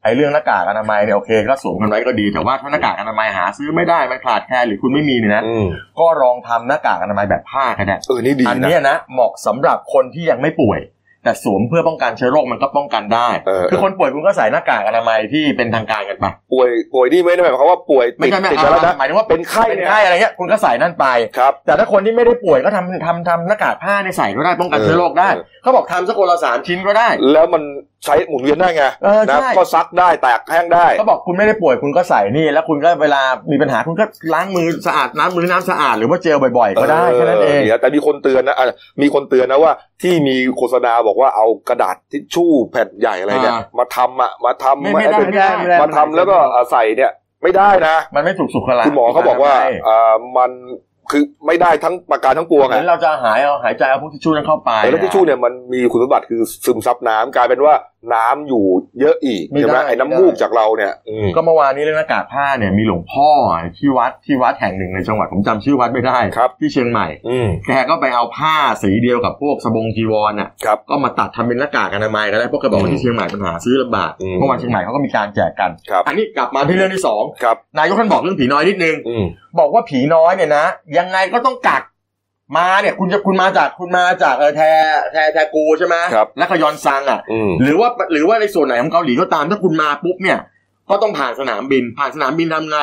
Speaker 3: ไอ้เรื่องหน้ากากอนามัยเนี่ยโอเคก็สวมกันไว้ก็ดีแต่ว่าถ้าหน้ากากอนามัยหาซื้อไม่ได้มันขาดแคลนหรือคุณไม่มีเนี่ยนะ
Speaker 1: อืม
Speaker 3: ก็ลองทำหน้ากากอนามัยแบบผ้าก็ได้
Speaker 1: เออนี่ดี
Speaker 3: อัน
Speaker 1: นะ
Speaker 3: เนี้ยนะเหมาะสำหรับคนที่ยังไม่ป่วย แต่สวมเพื่อป้องกันเชื้อโรคมันก็ป้องกันได้
Speaker 1: เออ
Speaker 3: คือคนป่วยคุณก็ใส่หน้ากากอนามัยที่เป็นทางการกันไป
Speaker 1: ป่วยป่วยนี่ไม่ได้หมายความว่าป่วย
Speaker 3: ไม่
Speaker 1: ติด
Speaker 3: ใช่ไม่
Speaker 1: ติด
Speaker 3: เอา
Speaker 1: แล้วนะ
Speaker 3: หมายถึงว่า
Speaker 1: เป็นไข้
Speaker 3: เป็น
Speaker 1: เนี่ย
Speaker 3: ไข้อะไรเงี้ยคุณก็ใส่นั่นไป
Speaker 1: ครับ
Speaker 3: แต่ถ้าคนที่ไม่ได้ป่วยก็ทำทำทำหน้ากากผ้าในยใส่ก็ได้ป้องกันเชื้อโรคได้
Speaker 1: เออ
Speaker 3: เขาบอกทำสักคนละสามชิ้นก็ได้
Speaker 1: แล้วมันใช้หมุนเวียนได้ไง
Speaker 3: เออ
Speaker 1: นะ
Speaker 3: ใช่
Speaker 1: ก็ซักได้แตกแห้งได้
Speaker 3: เขาบอกคุณไม่ได้ป่วยคุณก็ใส่นี่ แล้วคุณก็เวลามีปัญหาคุณก็ล้างมือสะอาดน้ำมือน้ำสะอาดหรือว่าเจลบ่อยๆ ก็ได้แค่นั้นเอง
Speaker 1: ดี๋ยวแต่มีคนเตือนนะอ่ะมีคนเตือนนะว่าที่มีโฆษณาบอกว่าเอากระดาษทิชชู่แผ่นใหญ่อะไรเนี่ย
Speaker 3: อ่า
Speaker 1: มาทำอ่ะมาทำ
Speaker 3: ไม่ไม่ได้
Speaker 1: เป็นมาทำแล้วก็อ่ะใส่เนี่ยไม่ได้นะ
Speaker 3: มันไม่ถูกสุขลักษ
Speaker 1: คุณ
Speaker 3: ณะ
Speaker 1: หมอเขาบอกว่า
Speaker 3: ใช่
Speaker 1: อ่ามันคือไม่ได้ทั้งประการทั้งปวง
Speaker 3: เหมื
Speaker 1: อ่ะ
Speaker 3: อนเราจะหายเอาหายใจเอาพวกทิชชู่นั้นเข้าไป
Speaker 1: แต่แล้วทิชชู่เนี่ยมันมีคุณสมบัติคือซึมซับน้ำกลายเป็นว่าน้ำอยู่เยอะอีกใช่ไหมไอ้น้ำมูกจากเราเนี่ยอืม
Speaker 3: ก็เมื่อวานนี้เรื่องหน้ากากผ้าเนี่ยมีหลวงพ่อที่วัดที่วัดแห่งหนึ่งในจังหวัดผมจำชื่อวัดไม่ได้
Speaker 1: ครับ
Speaker 3: ที่เชียงใหม่
Speaker 1: อืม
Speaker 3: แกก็ไปเอาผ้าสีเดียวกับพวกสบงจีวรน่ะ
Speaker 1: ครับ
Speaker 3: ก็มาตัดทำเป็นหน้ากากอนามัยก็ได้เพวกกระบอก
Speaker 1: อื
Speaker 3: ว่า
Speaker 1: ม
Speaker 3: ที่เชียงใหม่ปัญหาซื้อลำบาก
Speaker 1: อืม
Speaker 3: เมื่อวานเชียงใหม่เขาก็มีการแจกกัน
Speaker 1: ครับ
Speaker 3: อันนี้กลับมาที่เรื่องที่สอง
Speaker 1: ครับ
Speaker 3: นายกท่านบอกเรื่องผีน้อยนิดนึง
Speaker 1: อืม
Speaker 3: บอกว่าผีน้อยเนี่ยนะ ยังไงก็ต้องกักมาเนี่ย คุณจะคุณมาจากคุณมาจากเออแทแทแทกูใช่ไหม
Speaker 1: ครับ
Speaker 3: และขยอนซังอ่ะ
Speaker 1: อืม
Speaker 3: หรือว่าหรือว่าในส่วนไหนของเกาหลีก็ตามถ้าคุณมาปุ๊บเนี่ย ก็ต้องผ่านสนามบิน ผ่านสนามบินทำไง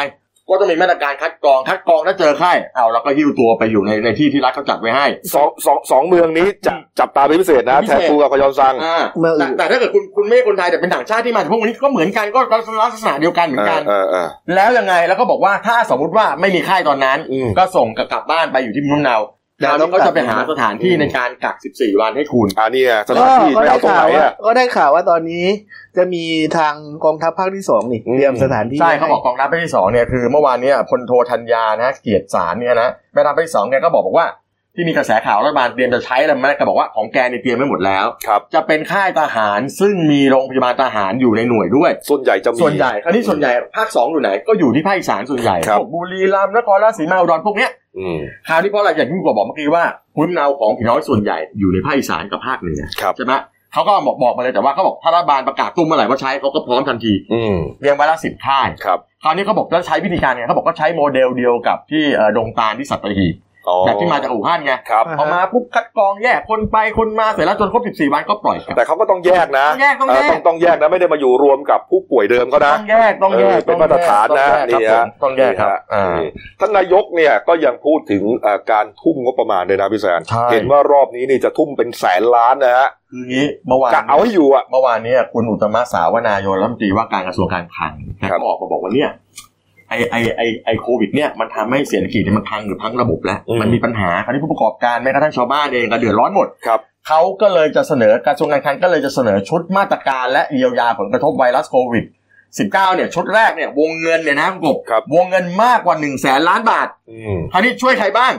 Speaker 3: ก็ต้องมีมาตรการคัดกรองคัดกรองถ้าเจอไข้เอาแล้วก็หิ้วตัวไปอยู่ในในที่ที่รัฐเขาจัดไว้ให้
Speaker 1: สองสองสองเมืองนี้จะจับตาเป็นพิเศษนะ
Speaker 3: พิ
Speaker 1: แท
Speaker 3: เศษ
Speaker 1: กูกับพยอนซัง
Speaker 3: อ่า
Speaker 2: เมื่อ
Speaker 3: แต่แต่ถ้าเกิดคุณคุณไม่ใช่คนไทยแต่เป็นต่างชาติที่มาจากพวกนี้ก็เหมือนกันก็ก็ลักษณะเดียวกันเหมือนกัน
Speaker 1: เออเออ
Speaker 3: แล้วยังไงแล้วก็บอกว่าถ้าสมมติว่าไม่มีไข้ตอนนั้น
Speaker 1: อืม
Speaker 3: ก็ส่งกลับบ้านไปอยู่ที่มุมเนา
Speaker 2: แต่
Speaker 3: แล้ว
Speaker 2: ต้อง
Speaker 3: ก็
Speaker 2: กั
Speaker 3: จะ
Speaker 2: ก
Speaker 3: ไปหาสถานที่
Speaker 1: อืม
Speaker 3: ในการกัก 14 วันให้คุณ
Speaker 1: อ่านี่ไงสถา
Speaker 2: ก็
Speaker 1: นที่
Speaker 2: ก็
Speaker 1: ไม่
Speaker 2: ได้
Speaker 1: เอาตรง
Speaker 2: ข่า
Speaker 1: ไหน
Speaker 2: วว่า
Speaker 1: อ่ะ
Speaker 2: ก็ได้ข่าวว่าตอนนี้จะมีทางกองทัพภาคที่สองนี่
Speaker 1: อืม
Speaker 2: เตรียมสถานที่
Speaker 3: ใช่เขาบอกกองทัพภาคที่สองเนี่ยคือเมื่อวานเนี้พลโทธัญญานะเกียรติสารเนี่ยนะแม่ทัพภาคที่สองเนี่ยก็บอกบอกว่าที่มีกระแสข่าวรัฐบาลเตรียมจะใช้แล้วแม่ก็บอกว่าของแกเนี่ยเตรียมไว้หมดแล้ว
Speaker 1: ครับ
Speaker 3: จะเป็นค่ายทหารซึ่งมีโรงพยาบาลทหารอยู่ในหน่วยด้วย
Speaker 1: ส่วนใหญ่จะมี
Speaker 3: ส่วนใหญ่คราวนี้ส่วนใหญ่ภาคสองอยู่ไหนก็อยู่ที่ภาคอีสานส่วนใหญ่
Speaker 1: ครับ
Speaker 3: พวกบุรีรัมย์นครราชสีมาอุดรพวกเนี้ย
Speaker 1: อืม
Speaker 3: คราวนี้เพราะอะไรอย่างที่คุณกบบอกเมื่อกี้ว่าหุ้นเนาของพี่น้อยส่วนใหญ่อยู่ในภาคอีสานกับภาคเหนือ
Speaker 1: ครับ
Speaker 3: ใช่ไหมเขาก็บอกบอกมาเลยแต่ว่าเขาบอกถ้ารัฐบาลประกาศตุ้มเมื่อไหร่ว่าใช้เขาก็พร้อมทันที
Speaker 1: อืม
Speaker 3: เรียงไว้ละสิบค่าย
Speaker 1: ครับ
Speaker 3: คราวนี้เขาบอกจะใช้วิธีการไงเขาบอกก็ใช้โมเดลเดียวกับที่เอ่อดงตาลที่สัตหีบ
Speaker 1: อ๋อ
Speaker 3: แบบที่มาจากอู่ฮั่นไง
Speaker 1: ครับ
Speaker 3: พอมาปุ๊บคัดกรองแยกคนไปคนมาเสร็จแล้วจนครบ14วันก็ปล่อยกลับ
Speaker 1: แต่เขาก็ต้องแยกนะ
Speaker 3: ต้องแยกต้อง
Speaker 1: เออ
Speaker 3: แยก
Speaker 1: ต้องต้องแยกนะ ไม่ได้มาอยู่รวมกับผู้ป่วยเดิมเขานะ
Speaker 3: ต้องแยกต้องแยก
Speaker 1: เออเป็นมาตรฐานนะ
Speaker 3: ต้อง
Speaker 1: นี่
Speaker 3: แยก
Speaker 1: ฮะ
Speaker 3: ต้องแยกครับ
Speaker 1: นี่ฮะ
Speaker 3: อ่า
Speaker 1: นี่ท่านนายกเนี่ยก็ยังพูดถึงเอ่อการทุ่มงบประมาณเลยนะพี่แสน
Speaker 3: ใช่
Speaker 1: เห็นว่ารอบนี้นี่จะทุ่มเป็นแสนล้านนะฮะ
Speaker 3: คืองี้เมื่อวาน
Speaker 1: กะเอาให้อยู่อ่ะ
Speaker 3: เมื่อวานเนี้คุณอุตตมะสาวนายนรัฐมนตรีว่าการกระทรวงการคลังแก
Speaker 1: ครับ
Speaker 3: ก็ออกมาบอกว่าเนี่ยไอไอไอไอโควิดเนี่ยมันทำให้เศรษฐกิจเนี่ยมันพังหรือพังระบบแล้ว มันมีปัญหาคราวนี้ผู้ประกอบการแม้กระทั่งชาวบ้านเองก็เดือดร้อนหมด
Speaker 1: ครับ
Speaker 3: เขาก็เลยจะเสนอกระทรวงการคลังก็เลยจะเสนอชุดมาตรการและเยียวยาผลกระทบไวรัสโควิด 19 เนี่ยชุดแรกเนี่ยวงเงินเนี่ยนะคุณกบ
Speaker 1: ครับ
Speaker 3: วงเงินมากกว่า1นึ่งแสนล้านบาท
Speaker 1: อืม
Speaker 3: คราวนี้ช่วยใครบ้าง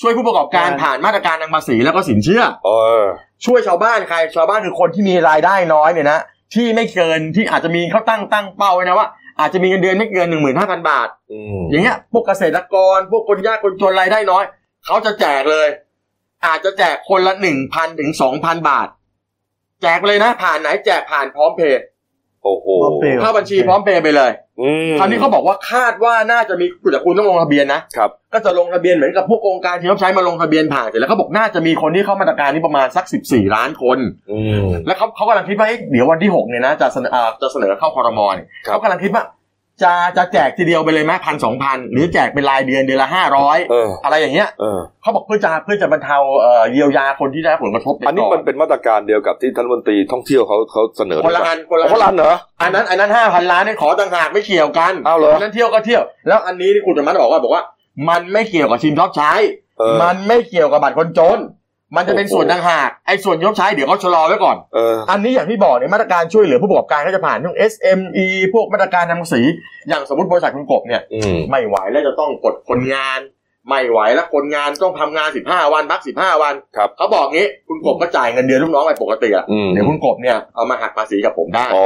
Speaker 3: ช่วยผู้ประกอบการผ่านมาตรการทางภาษีแล้วก็สินเชื่อ
Speaker 1: เออ
Speaker 3: ช่วยชาวบ้านใครชาวบ้านคือคนที่มีรายได้น้อยเนี่ยนะที่ไม่เกินที่อาจจะมีเขาตั้งตั้งเป้าไว้นะว่าอาจจะมีเงินเดือนไม่เกินหนึ่งหมื่นห้าพันบาท
Speaker 1: อืม
Speaker 3: อย่างเงี้ยพวกเกษตรกรพวกคนยากคนจนรายได้น้อยเขาจะแจกเลย อาจจะแจกคนละหนึ่งพันถึงสองพันบาท แจกเลยนะ ผ่านไหนแจกผ่านพร้อมเพย์
Speaker 1: โอ้โห
Speaker 2: พร้อมเพย์
Speaker 3: เข้าบัญชีพร้อมเพย์ไปเลย
Speaker 1: อืม
Speaker 3: คราวนี้เขาบอกว่าคาดว่าน่าจะมีแต่คุณต้องลงทะเบียนนะ
Speaker 1: ครับ
Speaker 3: ก็จะลงทะเบียนเหมือนกับพวกองค์การที่เขาใช้มาลงทะเบียนผ่านเสร็จแล้วเขาบอกน่าจะมีคนที่เข้ามาตรการนี้ประมาณสัก 14 ล้านคน
Speaker 1: อืม
Speaker 3: แล้วเขาเขากำลังคิดว่าเอ๊ะเดี๋ยววันที่หกเนี่ยนะจะเสนออ่าจะเสนอเข้าคอรมอเนี่ย
Speaker 1: ครับ
Speaker 3: เขากำลังคิดว่าจะจะแจกทีเดียวไปเลยไหมพันสองพันหรือแจกเป็นรายเดือนเดือนละห้าร้อย
Speaker 1: เออ
Speaker 3: อะไรอย่างเงี้ย
Speaker 1: เออ
Speaker 3: เขาบอกเพื่อจะเพื่อจะบรรเทาเอ่อเยียวยาคนที่ได้รับผลกระทบ
Speaker 1: อันนี้มัน
Speaker 3: เย
Speaker 1: เป็นมาตรการเดียวกับที่ท่านรัฐมนตรีท่องเที่ยวเขาเขาเสนอ
Speaker 3: ก่อนคนละอันคนละ
Speaker 1: อ๋อคนละอันเหรอ
Speaker 3: อันนั้นอันนั้นห้าพันล้านเนี่ยขอต่างหากไม่เกี่ยวกัน
Speaker 1: เอาเหรอ
Speaker 3: นนั้นเที่ยวก็เที่ยวแล้วอันนี้นี่คุณธรรมะบอกว่าบอกว่า มันไม่เกี่ยวกับชิมชอบใช้
Speaker 1: เออ
Speaker 3: มันไม่เกี่ยวกับบัตรคนจน มันจะเป็น
Speaker 1: โอ้โห
Speaker 3: ส่วนต่างหากไอ้ส่วนยกใช้เดี๋ยวเขาชะลอไว้ก่อน
Speaker 1: เออ
Speaker 3: อันนี้อย่างที่บอกเนี่ยมาตรการช่วยเหลือผู้ประกอบการก็จะผ่านทั้ง SME พวกมาตรการทางภาษีอย่างสมมติบริษัทคุณกบเนี่ย
Speaker 1: อืม
Speaker 3: ไม่ไหวแล้วจะต้องกดคนงาน ไม่ไหวแล้วคนงานต้องทำงาน 15 วันพัก 15 วัน
Speaker 1: ครับ
Speaker 3: เขาบอกงี้คุณกบก็จ่ายเงินเดือนลูกน้องไปปกติอะ
Speaker 1: อืม
Speaker 3: เดี๋ยวคุณกบเนี่ยเอามาหักภาษีกับผมได้
Speaker 1: อ๋อ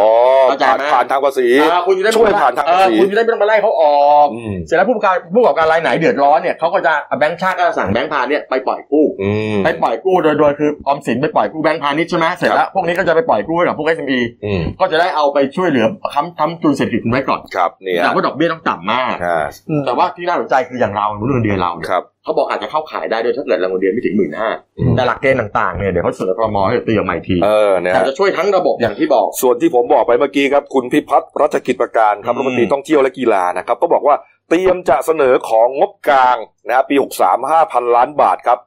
Speaker 3: เข้าใจ
Speaker 1: ผ่าน
Speaker 3: ไหม
Speaker 1: ผ่านทางภาษี
Speaker 3: เออคุณจะได้
Speaker 1: ช่วยผ่านทาง
Speaker 3: เอ
Speaker 1: ภา
Speaker 3: อ
Speaker 1: ษี
Speaker 3: คุณจะได้ไม่ต้องมาไล่เขาออก
Speaker 1: อืม
Speaker 3: เสร็จแล้วผู้ประกอบการผู้ประกอบการรายไหนเดือดร้อนเนี่ยเขาก็จะเอาแบงค์ชาติก็จะสั่งแบงค์พาณิชย์เนี่ยไปปล่อยกู้
Speaker 1: อืม
Speaker 3: ไปปล่อยกู้โดยโดยคือออมสินไปปล่อยกู้แบงค์พาณิชย์ใช่ไหมเสร็จ
Speaker 1: ครั
Speaker 3: แล้ว
Speaker 1: บ
Speaker 3: พวกนี้ก็จะไปปล่อยกู้ให้กับพวก SME
Speaker 1: อืม
Speaker 3: ก็จะได้เอาไปช่วยเหลือค้ำค้ำจุนเศรษฐกิจคุณไว้ก่อน
Speaker 1: ครับเนี่ย
Speaker 3: แต่ว่าดอกเบี้ยต้องต่ำมาก
Speaker 1: อ่า
Speaker 3: แต่ว่าที่น่าสนใจคืออย่างเรารู้เรื่องเดือนเรา เราเนี่ย
Speaker 1: ครับ
Speaker 3: เขาบอกอาจจะเข้าขายได้ด้วยถ้าเกิดเราเงินเดือนไม่ถึงหมื่นห้า
Speaker 1: อืม
Speaker 3: แต่หลักเกณฑ์ต่างๆเนี่ยเดี๋ยวเขาเสนอครมให้ตีออกมาอีกที
Speaker 1: เออเนี่ย
Speaker 3: แต่
Speaker 1: ฮะ
Speaker 3: จะช่วยทั้งระบบอย่างที่บอก
Speaker 1: ส่วนที่ผมบอกไปเมื่อกี้ครับ คุณพิพัฒน์รัชกิจประการครับ
Speaker 3: อืม
Speaker 1: รัฐมนตรีท่องเที่ยวและกีฬานะครับ ก็บอกว่าเตรียมจะเสนอของงบกลางนะฮะปี 63 5,000 ล้านบาทครับ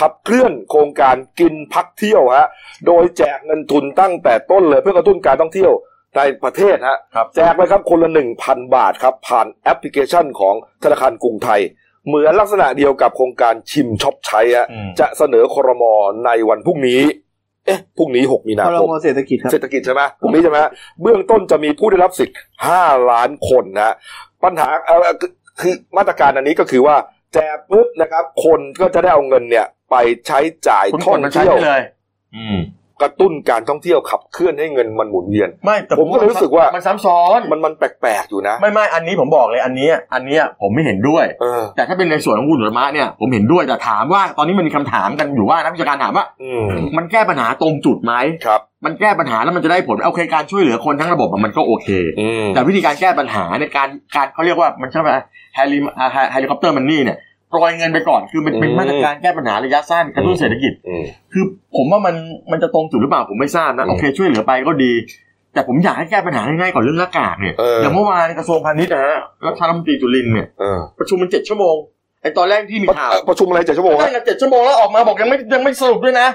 Speaker 1: ขับเคลื่อนโครงการกินพักเที่ยวฮะโดยแจกเงินทุนตั้งแต่ต้นเลยเพื่อกระตุ้นการท่องเที่ยวในประเทศฮะ
Speaker 3: ครับ
Speaker 1: แจกไปครับคนละ 1,000 บาทครับ ผ่านแอปพลิเคชันของธนาคารกรุงไทย เหมือนลักษณะเดียวกับโครงการชิมช็อปใช้อะ
Speaker 3: อืม
Speaker 1: จะเสนอครมในวันพรุ่งนี้ เอ๊ะพรุ่งนี้ 6 มีนา
Speaker 2: พร
Speaker 1: คม
Speaker 2: มเศรษฐกิจครับ
Speaker 1: เศรษฐกิจใช่ไหมพรุ่งนี้ใช่ไหมเบื้องต้นจะมีผู้ได้รับสิทธิ์ 5 ล้านคนนะ ปัญหาเอ่อคือคือมาตรการอันนี้ก็คือว่าแจกปุ๊บนะครับ คนก็จะได้เอาเงินเนี่ย ไปใช้จ่าย
Speaker 3: คุณค
Speaker 1: ท่อน
Speaker 3: นมาใช้
Speaker 1: เที่ยว
Speaker 3: ได้เลย อืม
Speaker 1: กระตุ้นการท่องเที่ยวขับเคลื่อนให้เงินมันหมุนเวียน
Speaker 3: ไม่แต่
Speaker 1: ผมก็เลยรู้สึกว่ามัน
Speaker 3: ซ้ำซ้อน
Speaker 1: นมันแปลกๆอยู่นะ
Speaker 3: ไม่ไม่อันนี้ผมบอกเลยอันเนี้ยอันเนี้ยผมไม่เห็นด้วย
Speaker 1: เออ
Speaker 3: แต่ถ้าเป็นในส่วนของคุณสุรมะเนี่ยผมเห็นด้วยแต่ถามว่าตอนนี้มันมีคำถามกันอยู่ว่านักวิชาการถามว่า
Speaker 1: อืม
Speaker 3: มันแก้ปัญหาตรงจุดไหม
Speaker 1: ครับ
Speaker 3: มันแก้ปัญหาแล้วมันจะได้ผลโอเคการช่วยเหลือคนทั้งระบบอะมันก็โอเค
Speaker 1: อืม
Speaker 3: แต่วิธีการแก้ปัญหาในยการการเขาเรียกว่ามันใช่ไหมไฮลิอ่าไฮลิคอปเตอร์มันนี่เนี่ยโปรยเงินไปก่อนคือมันเป็น
Speaker 1: อืม
Speaker 3: มาตรการแก้ปัญหาระยะสั้นกระตุ้นเศรษฐกิจ
Speaker 1: อืม
Speaker 3: คือผมว่ามันมันจะตรงจุดหรือเปล่าผมไม่ทราบนะ
Speaker 1: อืม
Speaker 3: โอเคช่วยเหลือไปก็ดี แต่ผมอยากให้แก้ปัญหาง่ายๆก่อนเรื่องหน้ากากเนี่ย
Speaker 1: เอออ
Speaker 3: อย่างเมื่อวานกระทรวงพาณิชย์นะฮะรัฐมนตรีจุลินทร์เนี่ย
Speaker 1: เออ
Speaker 3: ประชุมมันเจ็ดชั่วโมงไอ้ตอนแรกที่มีข่าว
Speaker 1: ประชุมอะไรเจ็ดชั่วโมง
Speaker 3: ได้
Speaker 1: ฮะ
Speaker 3: กันเจ็ดชั่วโมงแล้วออกมาบอกยังไม่ยังไม่สรุปด้วยนะ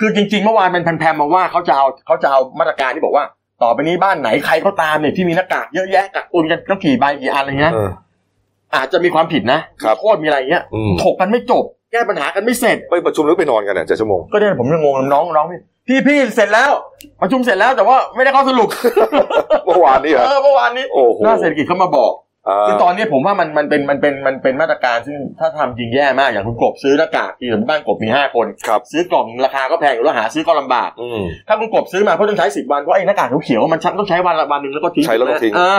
Speaker 3: คือจริงๆเมื่อวานเป็นแผ่นๆมาว่าเขาจะเอาเขาจะเอามาตรการที่บอกว่า ต่อไปนี้บ้านไหนใครก็ตามเนี่ยที่มีหน้ากากเยอะแยะกักตุนกันต้องกี่ใบกี่อันอะไรเงี้ย
Speaker 1: เออ
Speaker 3: อาจจะมีความผิดนะครับ โทษมีอะไรเงี้ย
Speaker 1: อืม
Speaker 3: ถกกันไม่จบ แก้ปัญหากันไม่เสร็จ
Speaker 1: ไปประชุมหรือไปนอนกันเนี่ยเจ็ดชั่วโมง
Speaker 3: ก็เนี่ยผมยังงงน้องน้องพี่พี่เสร็จแล้วประชุมเสร็จแล้วแต่ว่าไม่ได้ข้อสรุป
Speaker 1: เมื่อวานนี้เหรอ
Speaker 3: เออเมื่อวานนี้
Speaker 1: โอ้โห
Speaker 3: หน้าเศรษฐกิจเขามาบอก
Speaker 1: อ่า
Speaker 3: คือตอนนี้ผมว่ามันมันเป็นมันเป็นมันเป็นมาตรการซึ่งถ้าทำจริงแย่มากอย่างคุณกบซื้อหน้ากากที่อยู่บ้านกบมีห้าคน
Speaker 1: ครับ
Speaker 3: ซื้อกล่องราคาก็แพงอยู่แล้วหาซื้อก็ลำบาก
Speaker 1: อืม
Speaker 3: ถ้าคุณกบซื้อมาเพราะต้องใช้สิบวันเพราะไอ้หน้ากากเขียวๆมันชักต้องใช้วันละวันหนึ่งแล้วก็ทิ้ง
Speaker 1: ใช้แล้วก็ทิ้ง
Speaker 3: เออ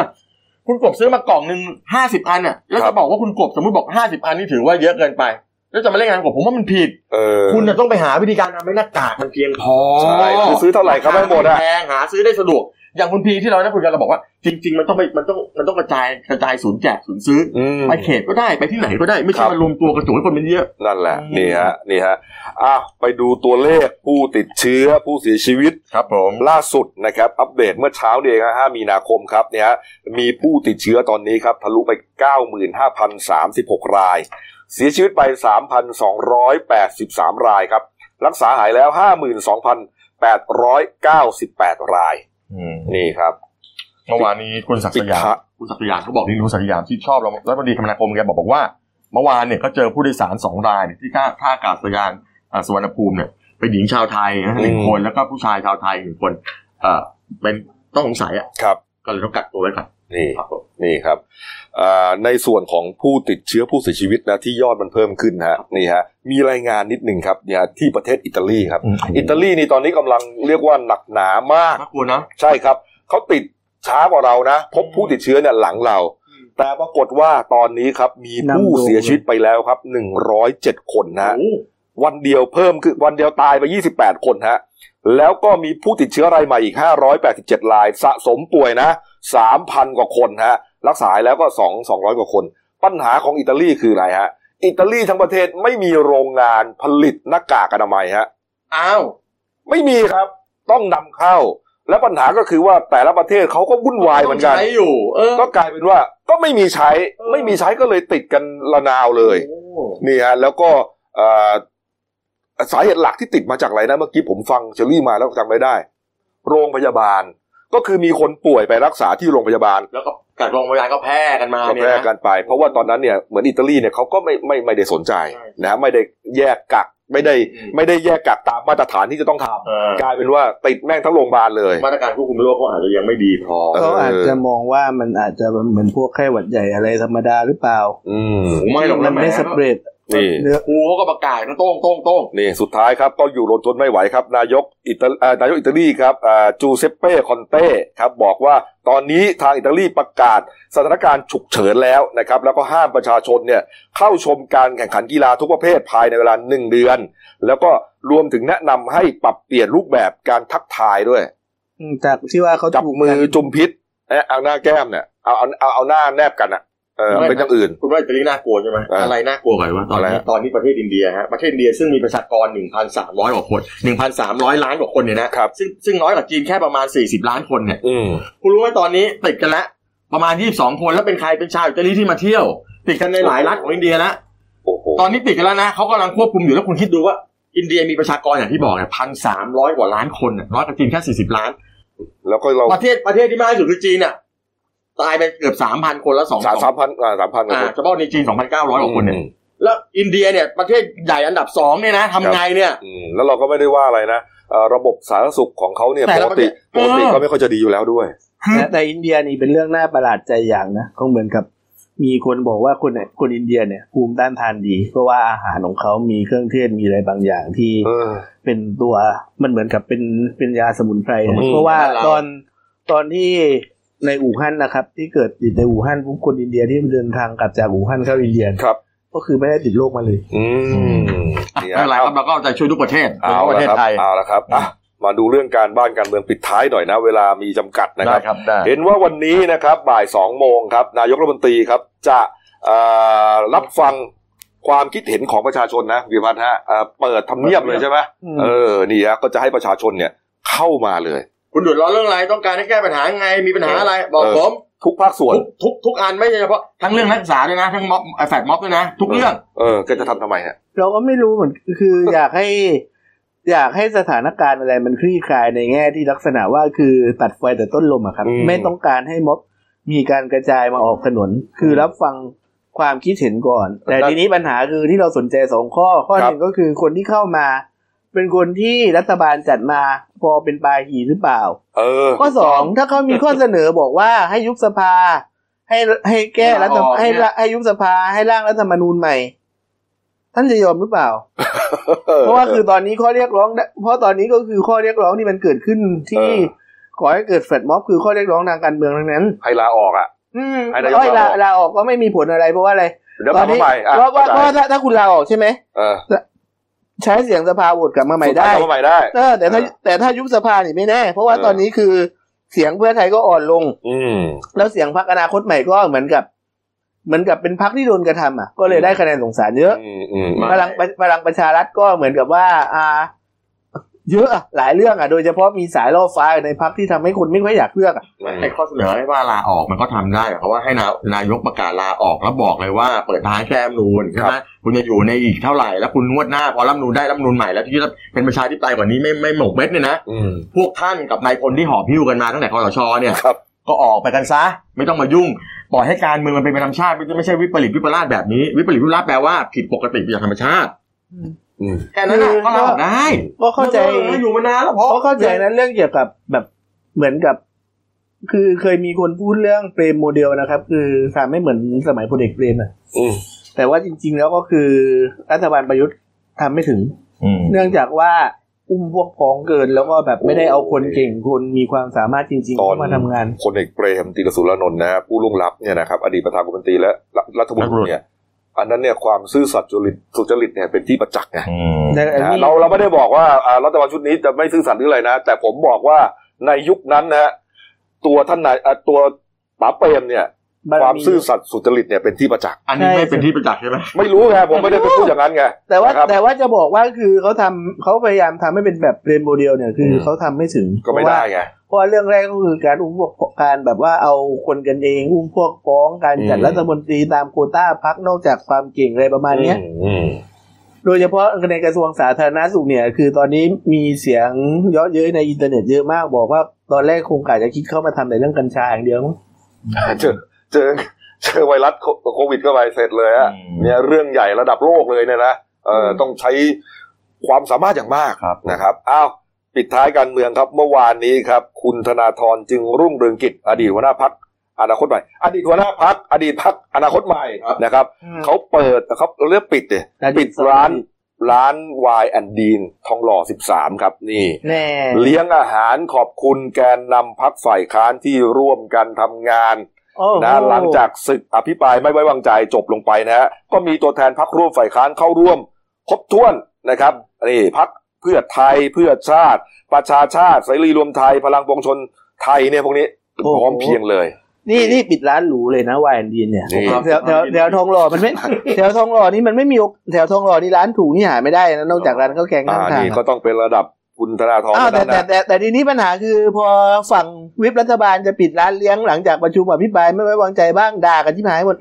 Speaker 3: คุณกบซื้อมากล่องหนึ่งห้าสิบอันน่ะแล้ว
Speaker 1: ครั
Speaker 3: จะ
Speaker 1: บ
Speaker 3: บอกว่าคุณกบสมมติบอกห้าสิบอันนี่ถือว่าเยอะเกินไป แล้วจะมาเล่นงานกับผมว่ามันผิด
Speaker 1: เออ
Speaker 3: คุณน่ะต้องไปหาวิธีการทำให้หน้ากากมันเพียงพอ
Speaker 1: ใช่คือซื้อเท่าไหร่ครับไม่หมดอะ
Speaker 3: แพงหาซื้อได้สะดวก อย่างคุณพีที่เราได้คุยกันเราบอกว่า จริง ๆ มันต้องไปมันต้องมันต้องกระจายกระจายศูนย์แจกศูนย์ซื้อ
Speaker 1: อืม
Speaker 3: อไปเขตก็ได้ไปที่ไหนก็ได้ไม่
Speaker 1: ค
Speaker 3: ใช่
Speaker 1: รับ
Speaker 3: มารวมตัวกระจุยคนเป็นเยอะ
Speaker 1: นั่นแหละ
Speaker 3: อืม
Speaker 1: นี่ฮะนี่ฮะอ่ะไปดูตัวเลขผู้ติดเชื้อผู้เสียชีวิต
Speaker 3: ครับผม
Speaker 1: ล่าสุดนะครับ อัปเดตเมื่อเช้าเองฮะ5มีนาคมครับเนี่ยฮะมีผู้ติดเชื้อตอนนี้ครับ ทะลุไป 95,036 ราย เสียชีวิตไป 3,283 รายครับ รักษาหายแล้ว 52,898 ราย นี่ครับ
Speaker 3: เมื่อวานนี้คุณศักดิ์สยา
Speaker 1: ปิดท้าม ย
Speaker 3: คุณศักดิ์สยามเขาบอกนี่คุณศักดิ์สยามที่ชอบเรารัฐมนตรีคมนาคมแกบอกบอกว่า เมื่อวานเนี่ยก็เจอผู้โดยสารสองรายเนี่ยที่ท่าท่าอากาศยานอ่าสุวรรณภูมิเนี่ยเป็นหญิงชาวไทยนะฮะหนึ่งคนแล้วก็ผู้ชายชาวไทยหนึ่งคนเอ่อเป็นต้องสงสัยอ่ะ
Speaker 1: ครับ
Speaker 3: ก็เลยต้องกักตัวไว้ก่อน
Speaker 1: นี่
Speaker 3: ครับผม
Speaker 1: นี่ครับอ่าในส่วนของผู้ติดเชื้อผู้เสียชีวิตนะที่ยอดมันเพิ่มขึ้นฮะนี่ฮะมีรายงานนิดหนึ่งครับเนี่ยที่ประเทศอิตาลีครับ อิตาลีนี่ตอนนี้กำลังเรียกว่าหนักหนามาก
Speaker 3: น่ากลัวนะ
Speaker 1: ใช่ครับ เขาติดช้ากว่าเรานะ พบผู้ติดเชื้อเนี่ยหลังเรา แต่ปรากฏว่าตอนนี้ครับมีผู้เสียชีวิตไปแล้วครับ 107 คนนะฮะ วันเดียวเพิ่มคือวันเดียวตายไป 28 คนฮะ แล้วก็มีผู้ติดเชื้อรายใหม่อีก 587 ราย สะสมป่วยนะ 3,000 กว่าคนฮะ รักษาหายแล้วก็ 2 200 กว่าคน ปัญหาของอิตาลีคืออะไรฮะ อิตาลีทั้งประเทศไม่มีโรงงานผลิตหน้ากากอนามัยฮะ
Speaker 3: อ้าว
Speaker 1: ไม่มีครับ ต้องนำเข้า และปัญหาก็คือว่าแต่ละประเทศเขาก็วุ่นวายเหมือนกัน
Speaker 3: ใช้อยู่ เออ
Speaker 1: ก็กลายเป็นว่าก็ไม่มีใช้ ไม่มีใช้ก็เลยติดกันระนาวเลย นี่ฮะแล้วก็เอ่อสาเหตุหลักที่ติดมาจากอะไรนะเมื่อกี้ผมฟังเชอรี่มาแล้วจำไม่ได้ โรงพยาบาล ก็คือมีคนป่วยไปรักษาที่โรงพยาบาล
Speaker 3: แล้วก็กักโรงพยาบาลก็แพร่กันมา
Speaker 1: ก็
Speaker 3: เนี่
Speaker 1: แพ
Speaker 3: ย
Speaker 1: ร่
Speaker 3: นะ
Speaker 1: กันไป เพราะว่าตอนนั้นเนี่ยเหมือนอิตาลีเนี่ยเขาก็ไม่ไม่ไม่ได้สนใจ
Speaker 3: ใช่
Speaker 1: นะฮะไม่ได้แยกกักไม่ได้
Speaker 3: อืม
Speaker 1: ไม่ได้แยกกักตามมาตรฐานที่จะต้องท
Speaker 3: เออ
Speaker 1: ำกลายเป็นว่าติดแม่งทั้งโรงพยาบาลเลย
Speaker 3: มาตรการควบคุมโรคเขาอาจจะยังไม่ดีพอ
Speaker 1: เ
Speaker 2: เขาอาจจะมองว่ามันอาจจะเหมือนพวกไข้หวัดใหญ่อะไรธรรมดาหรือเปล่า
Speaker 1: อืม
Speaker 3: ไม่หรอกนะ
Speaker 2: มันไม่
Speaker 3: แหม
Speaker 2: สเปรด
Speaker 1: นี่
Speaker 2: เนื้อ
Speaker 3: ครูเขาก็ประกาศนะโต้งโต้งโต้ง
Speaker 1: นี่สุดท้ายครับก็อยู่รนทนไม่ไหวครับ นายกอิตาเอ่อนายกอิตาลีครับอ่าจูเซปเป้คอนเต้ครับบอกว่าตอนนี้ทางอิตาลีประกาศสถานการณ์ฉุกเฉินแล้วนะครับ แล้วก็ห้ามประชาชนเนี่ยเข้าชมการแข่งขันกีฬาทุกประเภทภายในเวลาหนึ่งเดือน แล้วก็รวมถึงแนะนำให้ปรับเปลี่ยนรูปแบบการทักทายด้วย
Speaker 2: จากที่ว่าเขา
Speaker 1: จับ
Speaker 2: ถูก
Speaker 1: มือ
Speaker 2: กัน
Speaker 1: จุมพิษเอ๊ะเอาหน้าแก้มเนี่ยเอาเอาเอาเอาหน้าแนบกันอะเ เออเป็นอย่างอื่น
Speaker 3: คุณว่าอิตาลีน่ากลัวใช่ไหม
Speaker 1: อ่า
Speaker 3: อะไรน่ากลัวกว่ารู้ไหมตอน
Speaker 1: อะไร
Speaker 3: นี้
Speaker 1: ฮะ
Speaker 3: ตอนนี้ประเทศอินเดียฮะประเทศอินเดียซึ่งมีประชากร 1,300กว่าคน 1,300 ล้านกว่าคนเนี่ยนะครับ ซึ่งซึ่งน้อยกว่าจีนแค่ประมาณ 40 ล้านคนเนี่ย
Speaker 1: อืม
Speaker 3: คุณรู้ไหมตอนนี้ติดกันละประมาณ 22 คนแล้วเป็นใครเป็นชาวอิตาลีที่มาเที่ยว ติดกันในหลายรัฐของอินเดียนะ
Speaker 1: โอ้โห
Speaker 3: ตอนนี้ติดกันแล้วนะเขากำลังควบคุมอยู่แล้วคุณคิดดูว่าอินเดียมีประชากรอย่างที่บอกเนี่ยพันสามร้อยกว่าล้านคนน่ะน้อยกว่าจีนแค่สี่สิบล้าน
Speaker 1: แล้วก็เรา
Speaker 3: ประเทศประเทศที่มากที่สุดคือจีนอ่ะตายไปเกือบสามพันคนแล้วสอง
Speaker 1: สามสามพันอ่าสามพันกว่า
Speaker 3: อ่า
Speaker 1: คน
Speaker 3: เฉพาะในจีนสองพันเก้าร้อยกว่าคนเนี่ย
Speaker 1: อืม
Speaker 3: แล้วอินเดียเนี่ยประเทศใหญ่อันดับสองเนี่ยนะทำไงเนี่ย
Speaker 1: อืมแล้วเราก็ไม่ได้ว่าอะไรนะเอ่อระบบสาธารณสุขของเขาเนี่ย
Speaker 3: แต่
Speaker 1: ป
Speaker 3: เรา
Speaker 1: กติป
Speaker 3: เออ
Speaker 1: กติก็ไม่ค่อยจะดีอยู่แล้วด้วย
Speaker 2: แต่แต่อินเดียนี่เป็นเรื่องน่าประหลาดใจอย่างนะก็เหมือนกับ มีคนบอกว่าคนเนี่ยคนอินเดียเนี่ยภูมิต้านทานดี เพราะว่าอาหารของเขามีเครื่องเทศมีอะไรบางอย่างที่
Speaker 1: เออ
Speaker 2: เป็นตัวมันเหมือนกับเป็นเป็นยาสมุนไพรนะ
Speaker 1: อืม
Speaker 2: เพราะว่า
Speaker 3: เรา
Speaker 2: ตอนตอนที่ในอู่ฮั่นนะครับ ที่เกิดติดในอู่ฮั่นปุ๊บคนอินเดียที่เดินทางกลับจากอู่ฮั่นเข้าอินเดีย
Speaker 1: ครับ
Speaker 2: ก็คือไม่ได้ติดโรคมาเลย
Speaker 1: อืม
Speaker 3: ไม่
Speaker 1: นี่
Speaker 3: เป็นไร
Speaker 1: ย
Speaker 3: ครับเราก็เอาใจช่วยทุกประเทศโดยเฉ
Speaker 1: เอา
Speaker 3: พาะประ
Speaker 1: ละ
Speaker 3: เทศ
Speaker 1: ครับ
Speaker 3: ไทย
Speaker 1: เอาละครับอ่ะมาดูเรื่องการบ้านการเมืองปิดท้ายหน่อยนะ เวลามีจำกัดนะค
Speaker 3: ได้
Speaker 1: รับ
Speaker 3: ครับได้
Speaker 1: เห็นว่าวันนี้นะครับบ่ายสองโมงครับ นายกรัฐมนตรีครับ จะเอ่อรับฟังความคิดเห็นของประชาชนนะวิพัฒน์ฮะเอ่อเปิดทำเนียบเลยใช่ไหม
Speaker 2: อืม
Speaker 1: เออนี่ฮะก็จะให้ประชาชนเนี่ยเข้ามาเลย
Speaker 3: คุณเดือดร้อนเรื่องอะไรต้องการให้แก้ปัญหาไงมีปัญหาอะไร บอก
Speaker 1: เออ
Speaker 3: ผม
Speaker 1: ทุกภาคส่วน
Speaker 3: ทุกทุกทุกอันไม่ใช่เฉพาะทั้งเรื่องนักศึกษาด้วยนะ ทั้งม็อบแฟดม็อบด้วยนะ ทุกเรื่อง
Speaker 1: เออแก็จะทำทำไมฮะ
Speaker 2: เราก็ไม่รู้เหมือนคือ อยากให้ อยากให้สถานการณ์อะไรมันคลี่คลายในแง่ที่ลักษณะว่าคือตัดไฟแต่ต้นลมอะครับ
Speaker 1: อืม
Speaker 2: ไม่ต้องการให้ม็อบมีการกระจายมาออกถนน คือรับฟังความคิดเห็นก่อน แต่ทีนี้ปัญหาคือที่เราสนใจสองข้อ ข้อหนึ่งก็คือคนที่เข้ามา เป็นคนที่รัฐบาลจัดมาพอเป็นปลาหีหรือเปล่า
Speaker 1: เออ
Speaker 2: ข้อสองถ้าเขามีข้อเสนอบอกว่าให้ยุบสภา ให้ให้แก้รัฐ
Speaker 3: ลาออก
Speaker 2: ให้
Speaker 3: เนี่ย
Speaker 2: ให้ยุบสภาให้ร่างรัฐธรรมนูญใหม่ ท่านจะยอมหรือเปล่า เพราะว่าคือตอนนี้ข้อเรียกร้อง เพราะตอนนี้ก็คือข้อเรียกร้องที่มันเกิดขึ้น
Speaker 1: เอ
Speaker 2: ที่
Speaker 1: อ
Speaker 2: ขอให้เกิดแฟลตม็อบคือข้อเรียกร้องทางการเมืองทั้งนั้น
Speaker 1: ให้ลาออกอ่ะ
Speaker 2: อืม
Speaker 1: ให้นายก
Speaker 2: ร้อย
Speaker 1: ลา
Speaker 2: ลา
Speaker 1: ออก
Speaker 2: ลาออกก็ไม่มีผลอะไรเพราะว่าอะไร
Speaker 1: เดี๋ยว
Speaker 2: ตอน
Speaker 1: ทำ
Speaker 2: นี้
Speaker 1: ทำไมอ่ะ
Speaker 2: เพราะว่าเพราะ
Speaker 1: เข้า
Speaker 2: ว่า
Speaker 1: ใจ
Speaker 2: ถ้าถ้าคุณลาออกใช่ไหม
Speaker 1: เออ
Speaker 2: ใช้เสียงสภาโหวตกลับมาใหม่
Speaker 1: สุดท้า
Speaker 2: ได้
Speaker 1: ยทำใหม่ได้
Speaker 2: เออแต่ถ้า
Speaker 1: เออ
Speaker 2: แต่ถ้ายุบสภานี่ไม่แน่ เพราะว่า
Speaker 1: เออ
Speaker 2: ตอนนี้คือเสียงเพื่อไทยก็อ่อนลง
Speaker 1: อืม
Speaker 2: แล้วเสียงพรรคอนาคตใหม่ก็เหมือนกับ เหมือนกับเป็นพรรคที่โดนกระทำอ่ะ ก็เลยได้คะแนนสงสารเยอะ
Speaker 1: อืมอืม
Speaker 3: มา
Speaker 2: พลังพลังประชารัฐก็เหมือนกับว่า อ่า เยอะอะหลายเรื่องอ่ะ โดยเฉพาะมีสายล่อฟ้าในพรรคที่ทำให้คนไม่ค่อยอยากเลือกอ่ะ
Speaker 1: อืม
Speaker 3: ไอ้ข้อเสนอให้ว่าลาออกมันก็ทำได้เพราะว่าให้นานายกประกาศลาออกแล้วบอกเลยว่าเปิดทางให้แก้รัฐธรรมนูนใช่ไหมคุณจะอยู่ในอีกเท่าไหร่แล้วคุณงวดหน้าพอรัฐธรรมนูนได้รัฐธรรมนูนใหม่แล้วที่เป็นประชาธิปไตยกว่านี้ไม่ไม่หมกเม็ดเนี่ยนะ
Speaker 1: อืม
Speaker 3: พวกท่านกับนายพลที่หอบพิ้วกันมาตั้งแต่คอสชเนี่ย
Speaker 1: ครับ
Speaker 3: ก็ออกไปกันซะ ไม่ต้องมายุ่ง ปล่อยให้การเมืองมันเป็นไปตามชาติไม่ไม่ใช่วิปริตวิปลาสแบบนี้ วิปริตวิปลาสแปลว่าผิดปกติไปจากธรรมชาติ
Speaker 1: อืม
Speaker 3: แค่นั้นน่ะก็ลาออกได้
Speaker 2: ก็เข้าใจ
Speaker 3: อออยู่มานานแล้วพอ
Speaker 2: ก็เข้าใจนะเรื่องเกี่ยวกับแบบเหมือนกับ คือเคยมีคนพูดเรื่องเปรมโมเดลนะครับ คือทำให้เหมือนสมัยพลเอกเปรมอ่ะ
Speaker 1: อืม
Speaker 2: แต่ว่าจริง ๆ แล้วก็คือรัฐบาลประยุทธ์ทำไม่ถึง
Speaker 3: อืม
Speaker 2: เนื่องจากว่าอุ้มพวกพ้องเกินแล้วก็แบบไม่ได้เอาคนเก่งคนมีความสามารถจริงๆ
Speaker 1: ตอ
Speaker 2: เข้าน มาทำงาน
Speaker 1: พลเอกเปรมติรสุรานนท์นะฮะผู้ล่วงลับเนี่ยนะครับอดีตประธานกรมนตรีและรัฐรัฐบุรุษเนี่ยอันนั้นเนี่ยความซื่อสัตย์จริตสุจริตเนี่ยเป็นที่ประจักษ์ไง
Speaker 3: อืม
Speaker 2: แต่อัน
Speaker 1: นะฮะ
Speaker 2: นี้
Speaker 1: เราเราไม่ได้บอกว่าอ่ารัฐบาลชุดนี้จะไม่ซื่อสัตย์หรืออะไรนะ แต่ผมบอกว่าในยุคนั้นนะฮะตัวท่านนายอ่ะตัวป๋าเปรมเนี่ย
Speaker 2: บร
Speaker 1: ความซื่อสัตย์สุจริตเนี่ยเป็นที่ประจักษ์
Speaker 3: อันนี้ไม่เป็นที่ประจักษ์ใช่ไหม
Speaker 1: ไม่รู้ไงผมไม่ได้ไปพูดอย่างนั้นไง
Speaker 2: แต่ว่า
Speaker 1: นะครับ
Speaker 2: แต่ว่าจะบอกว่าคือเขาทำเขาพยายามทำให้เป็นแบบเรนโมเดลเนี่ยคืออ
Speaker 1: ม
Speaker 2: เขาทำไม่ถึง
Speaker 1: ก็ไม่ได้ไง
Speaker 2: เพราะว่าเพราะว่าเรื่องแรกก็คือการอุ้มพวกการแบบว่าเอาคนกันเองอุ้มพวกพ้องการจัด
Speaker 1: อืม
Speaker 2: รัฐมนตรีตามโควต้าพักนอกจากความเก่งอะไรประมาณเนี้ย
Speaker 1: อืม
Speaker 2: โดยเฉพาะในกระทรวงสาธารณสุขเนี่ย คือตอนนี้มีเสียงเยอะเย้ยในอินเทอร์เน็ตเยอะมากบอกว่าตอนแรกคงกะจะคิดเข้ามาทำในเรื่องกัญชาอย่างเดียวมั้ง
Speaker 1: เจอเจอเจอไวรัสโควิดเข้าไปเสร็จเลยอะ
Speaker 3: อืม
Speaker 1: เนี่ยเรื่องใหญ่ระดับโลกเลยเนี่ยนะเอออ
Speaker 2: ม
Speaker 1: ต้องใช้ความสามารถอย่างมาก
Speaker 3: ครับ
Speaker 1: นะครับอ้าวปิดท้ายการเมืองครับเมื่อวานนี้ครับ คุณธนาธรจึงรุ่งเรืองกิจ อดีตหัวหน้าพักอนาคตใหม่ อดีตหัวหน้าพักอดีตพักอนาคตใหม่นะครับเขาเปิดเขาเรียกปิดเลย
Speaker 2: อ
Speaker 1: ปิ
Speaker 2: ต
Speaker 1: ดร้านร้านวายแอนดีนทองหล่อ 13 ครับนี่
Speaker 2: แน่
Speaker 1: เลี้ยงอาหารขอบคุณแกนนำพักฝ่ายค้านที่ร่วมกันทำงาน
Speaker 2: โอ้โ
Speaker 1: นะหลังจากศึกอภิปรายไม่ไว้วางใจจบลงไปนะฮะก็มีตัวแทนพักร่วมฝ่ายค้านเข้าร่วม ครบถ้วนนะครับนี่พักเพื่อไทยเพื่อชาติ ประชาชาติเสรีรวมไทยพลังปวงชนไทยเนี่ยพวกนี้
Speaker 2: โอ้โห
Speaker 1: พร้อมเพรียงเลย
Speaker 2: นี่นี่ปิดร้านหรูเลยนะวายดีนเนี่ย
Speaker 1: นี่
Speaker 2: แถวแถวแถวทองหล่อมันไม่ แถวทองหล่อนี่มันไม่มีโอกแถวทองหล่อนี่ร้านถูกนี่หาไม่ได้นะนอกจากร้านข้าวแกง
Speaker 1: อ่า
Speaker 2: ข้างทาง
Speaker 1: นี่ก็ต้องเป็นระดับคุณธนาธร
Speaker 2: อ้าวแต่
Speaker 1: เท่านั้น
Speaker 2: แต่
Speaker 1: นะ
Speaker 2: แต่แต่ทีนี้ปัญหาคือพอฝั่งวิปรัฐบาลจะปิดร้านเลี้ยงหลังจากประชุมอภิปรายไม่ไว้วางใจบ้างด่ากันที่หายหมด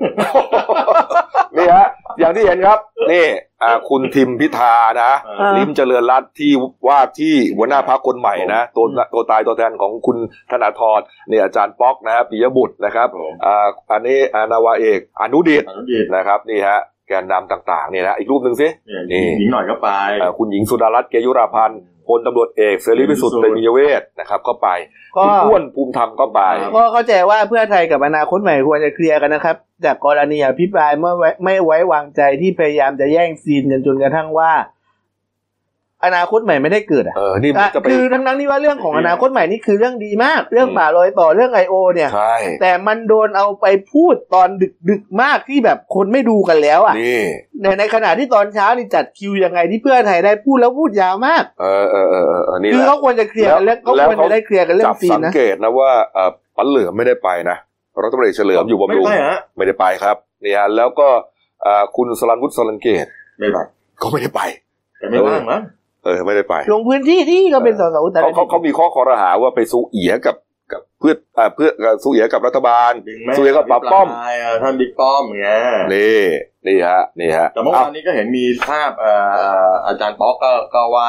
Speaker 1: นี่ฮะอย่างที่เห็นครับ นี่อ่าคุณทิมพิธานะ
Speaker 2: อ่า
Speaker 1: ลิมเจริญรัตน์ที่ว่าที่หัวหน้าพักคนใหม่นะตัวตัวตายตัวแทนของคุณธนาธรเนี่ยอาจารย์ป๊อกนะฮะปิยบุตรนะครับ
Speaker 3: ผม
Speaker 1: อ่าอันนี้อ่านาวาเอกอนุดิษฐ์
Speaker 3: อนุดี
Speaker 1: นะครับนี่ฮะแกนนำต่างๆเนี่ยนะอีกรูปหนึ่งสิ
Speaker 3: เนี่ย
Speaker 1: นี่
Speaker 3: หญิงหน่อยก็ไป
Speaker 1: เอ่อคุณหญิงสุดารัตน์เกยุราพันธ์พลตำรวจเอกเสรีพิสุทธิ์เตมียเวทนะครับก็ไป
Speaker 2: ก็
Speaker 1: คุณอ้วนภูมิธรรมก็ไป
Speaker 3: ครับ
Speaker 2: ก็เข้าใจว่าเพื่อไทยกับอนาคตใหม่ควรจะเคลียร์กันนะครับ จากกรณีอภิปรายเมื่อไว้ไม่ไว้วางใจที่พยายามจะแย่งซีนกันจนกระทั่งว่า อนาคตใหม่ไม่ได้เกิดอะ
Speaker 1: เออนี่มันจะไป
Speaker 2: คือทั้งนั้นที่ว่าเรื่องของอนาคตใหม่นี่คือเรื่องดีมาก เรื่องป่ารอยต่อเรื่อง I.O. เนี่ย
Speaker 1: ใช่
Speaker 2: แต่มันโดนเอาไปพูดตอนดึกดึกๆมากที่แบบคนไม่ดูกันแล้วอ่ะ
Speaker 1: นี่
Speaker 2: ในในขณะที่ตอนเช้านี่จัดคิวยังไงที่เพื่อไทยได้พูดแล้วพูดยาวมาก
Speaker 1: เออเออเออเออเออนี่
Speaker 2: คื
Speaker 1: แห
Speaker 2: อ
Speaker 1: ละ
Speaker 2: เขาควรจะเคลียร์กัน
Speaker 1: แล้
Speaker 2: เรื่อ
Speaker 1: ว
Speaker 2: ง
Speaker 1: แล้ว
Speaker 2: เขาควร
Speaker 1: เขา
Speaker 2: จะได้เคลียร์กันเรื่อ
Speaker 1: จั
Speaker 2: ง
Speaker 1: บ
Speaker 2: ซีน
Speaker 1: สัง
Speaker 2: นะ
Speaker 1: เกตนะว่าเออปันเหลือไม่ได้ไปนะรัฐมนตรีเฉลิมอยู่บำรุง
Speaker 3: ไม่ไปฮะ
Speaker 1: ไม่ได้ไปครับเนี่ยแล้วก็เอ่อคุณสรันวุฒิสรันเกต
Speaker 3: ไม่ไป
Speaker 1: ก็ไม่ได้ไป
Speaker 3: แต่ไม่ว่างมั้ง
Speaker 1: เออไม่ได้ไป
Speaker 2: ลงพื้นที่ที่ก็เป็นสสอุตร
Speaker 1: เขา
Speaker 2: ดิ
Speaker 1: เขา
Speaker 2: ตถ์
Speaker 1: เขามีข้อคอรหาว่าไปสูเอียกับกับเพื่อเอ่อเพื่อกับสูเอียกับรัฐบาล
Speaker 3: ดึง
Speaker 1: สุริยะกับปราบป้อม
Speaker 3: ไเท่านบิ๊กป้อมไง
Speaker 1: นี่นี่ฮะนี่ฮะ
Speaker 3: แต่เมื่อวานนี้ก็เห็นมีภาพเอ่อเอ่ออาจารย์ป๊อกก็ก็ไหว้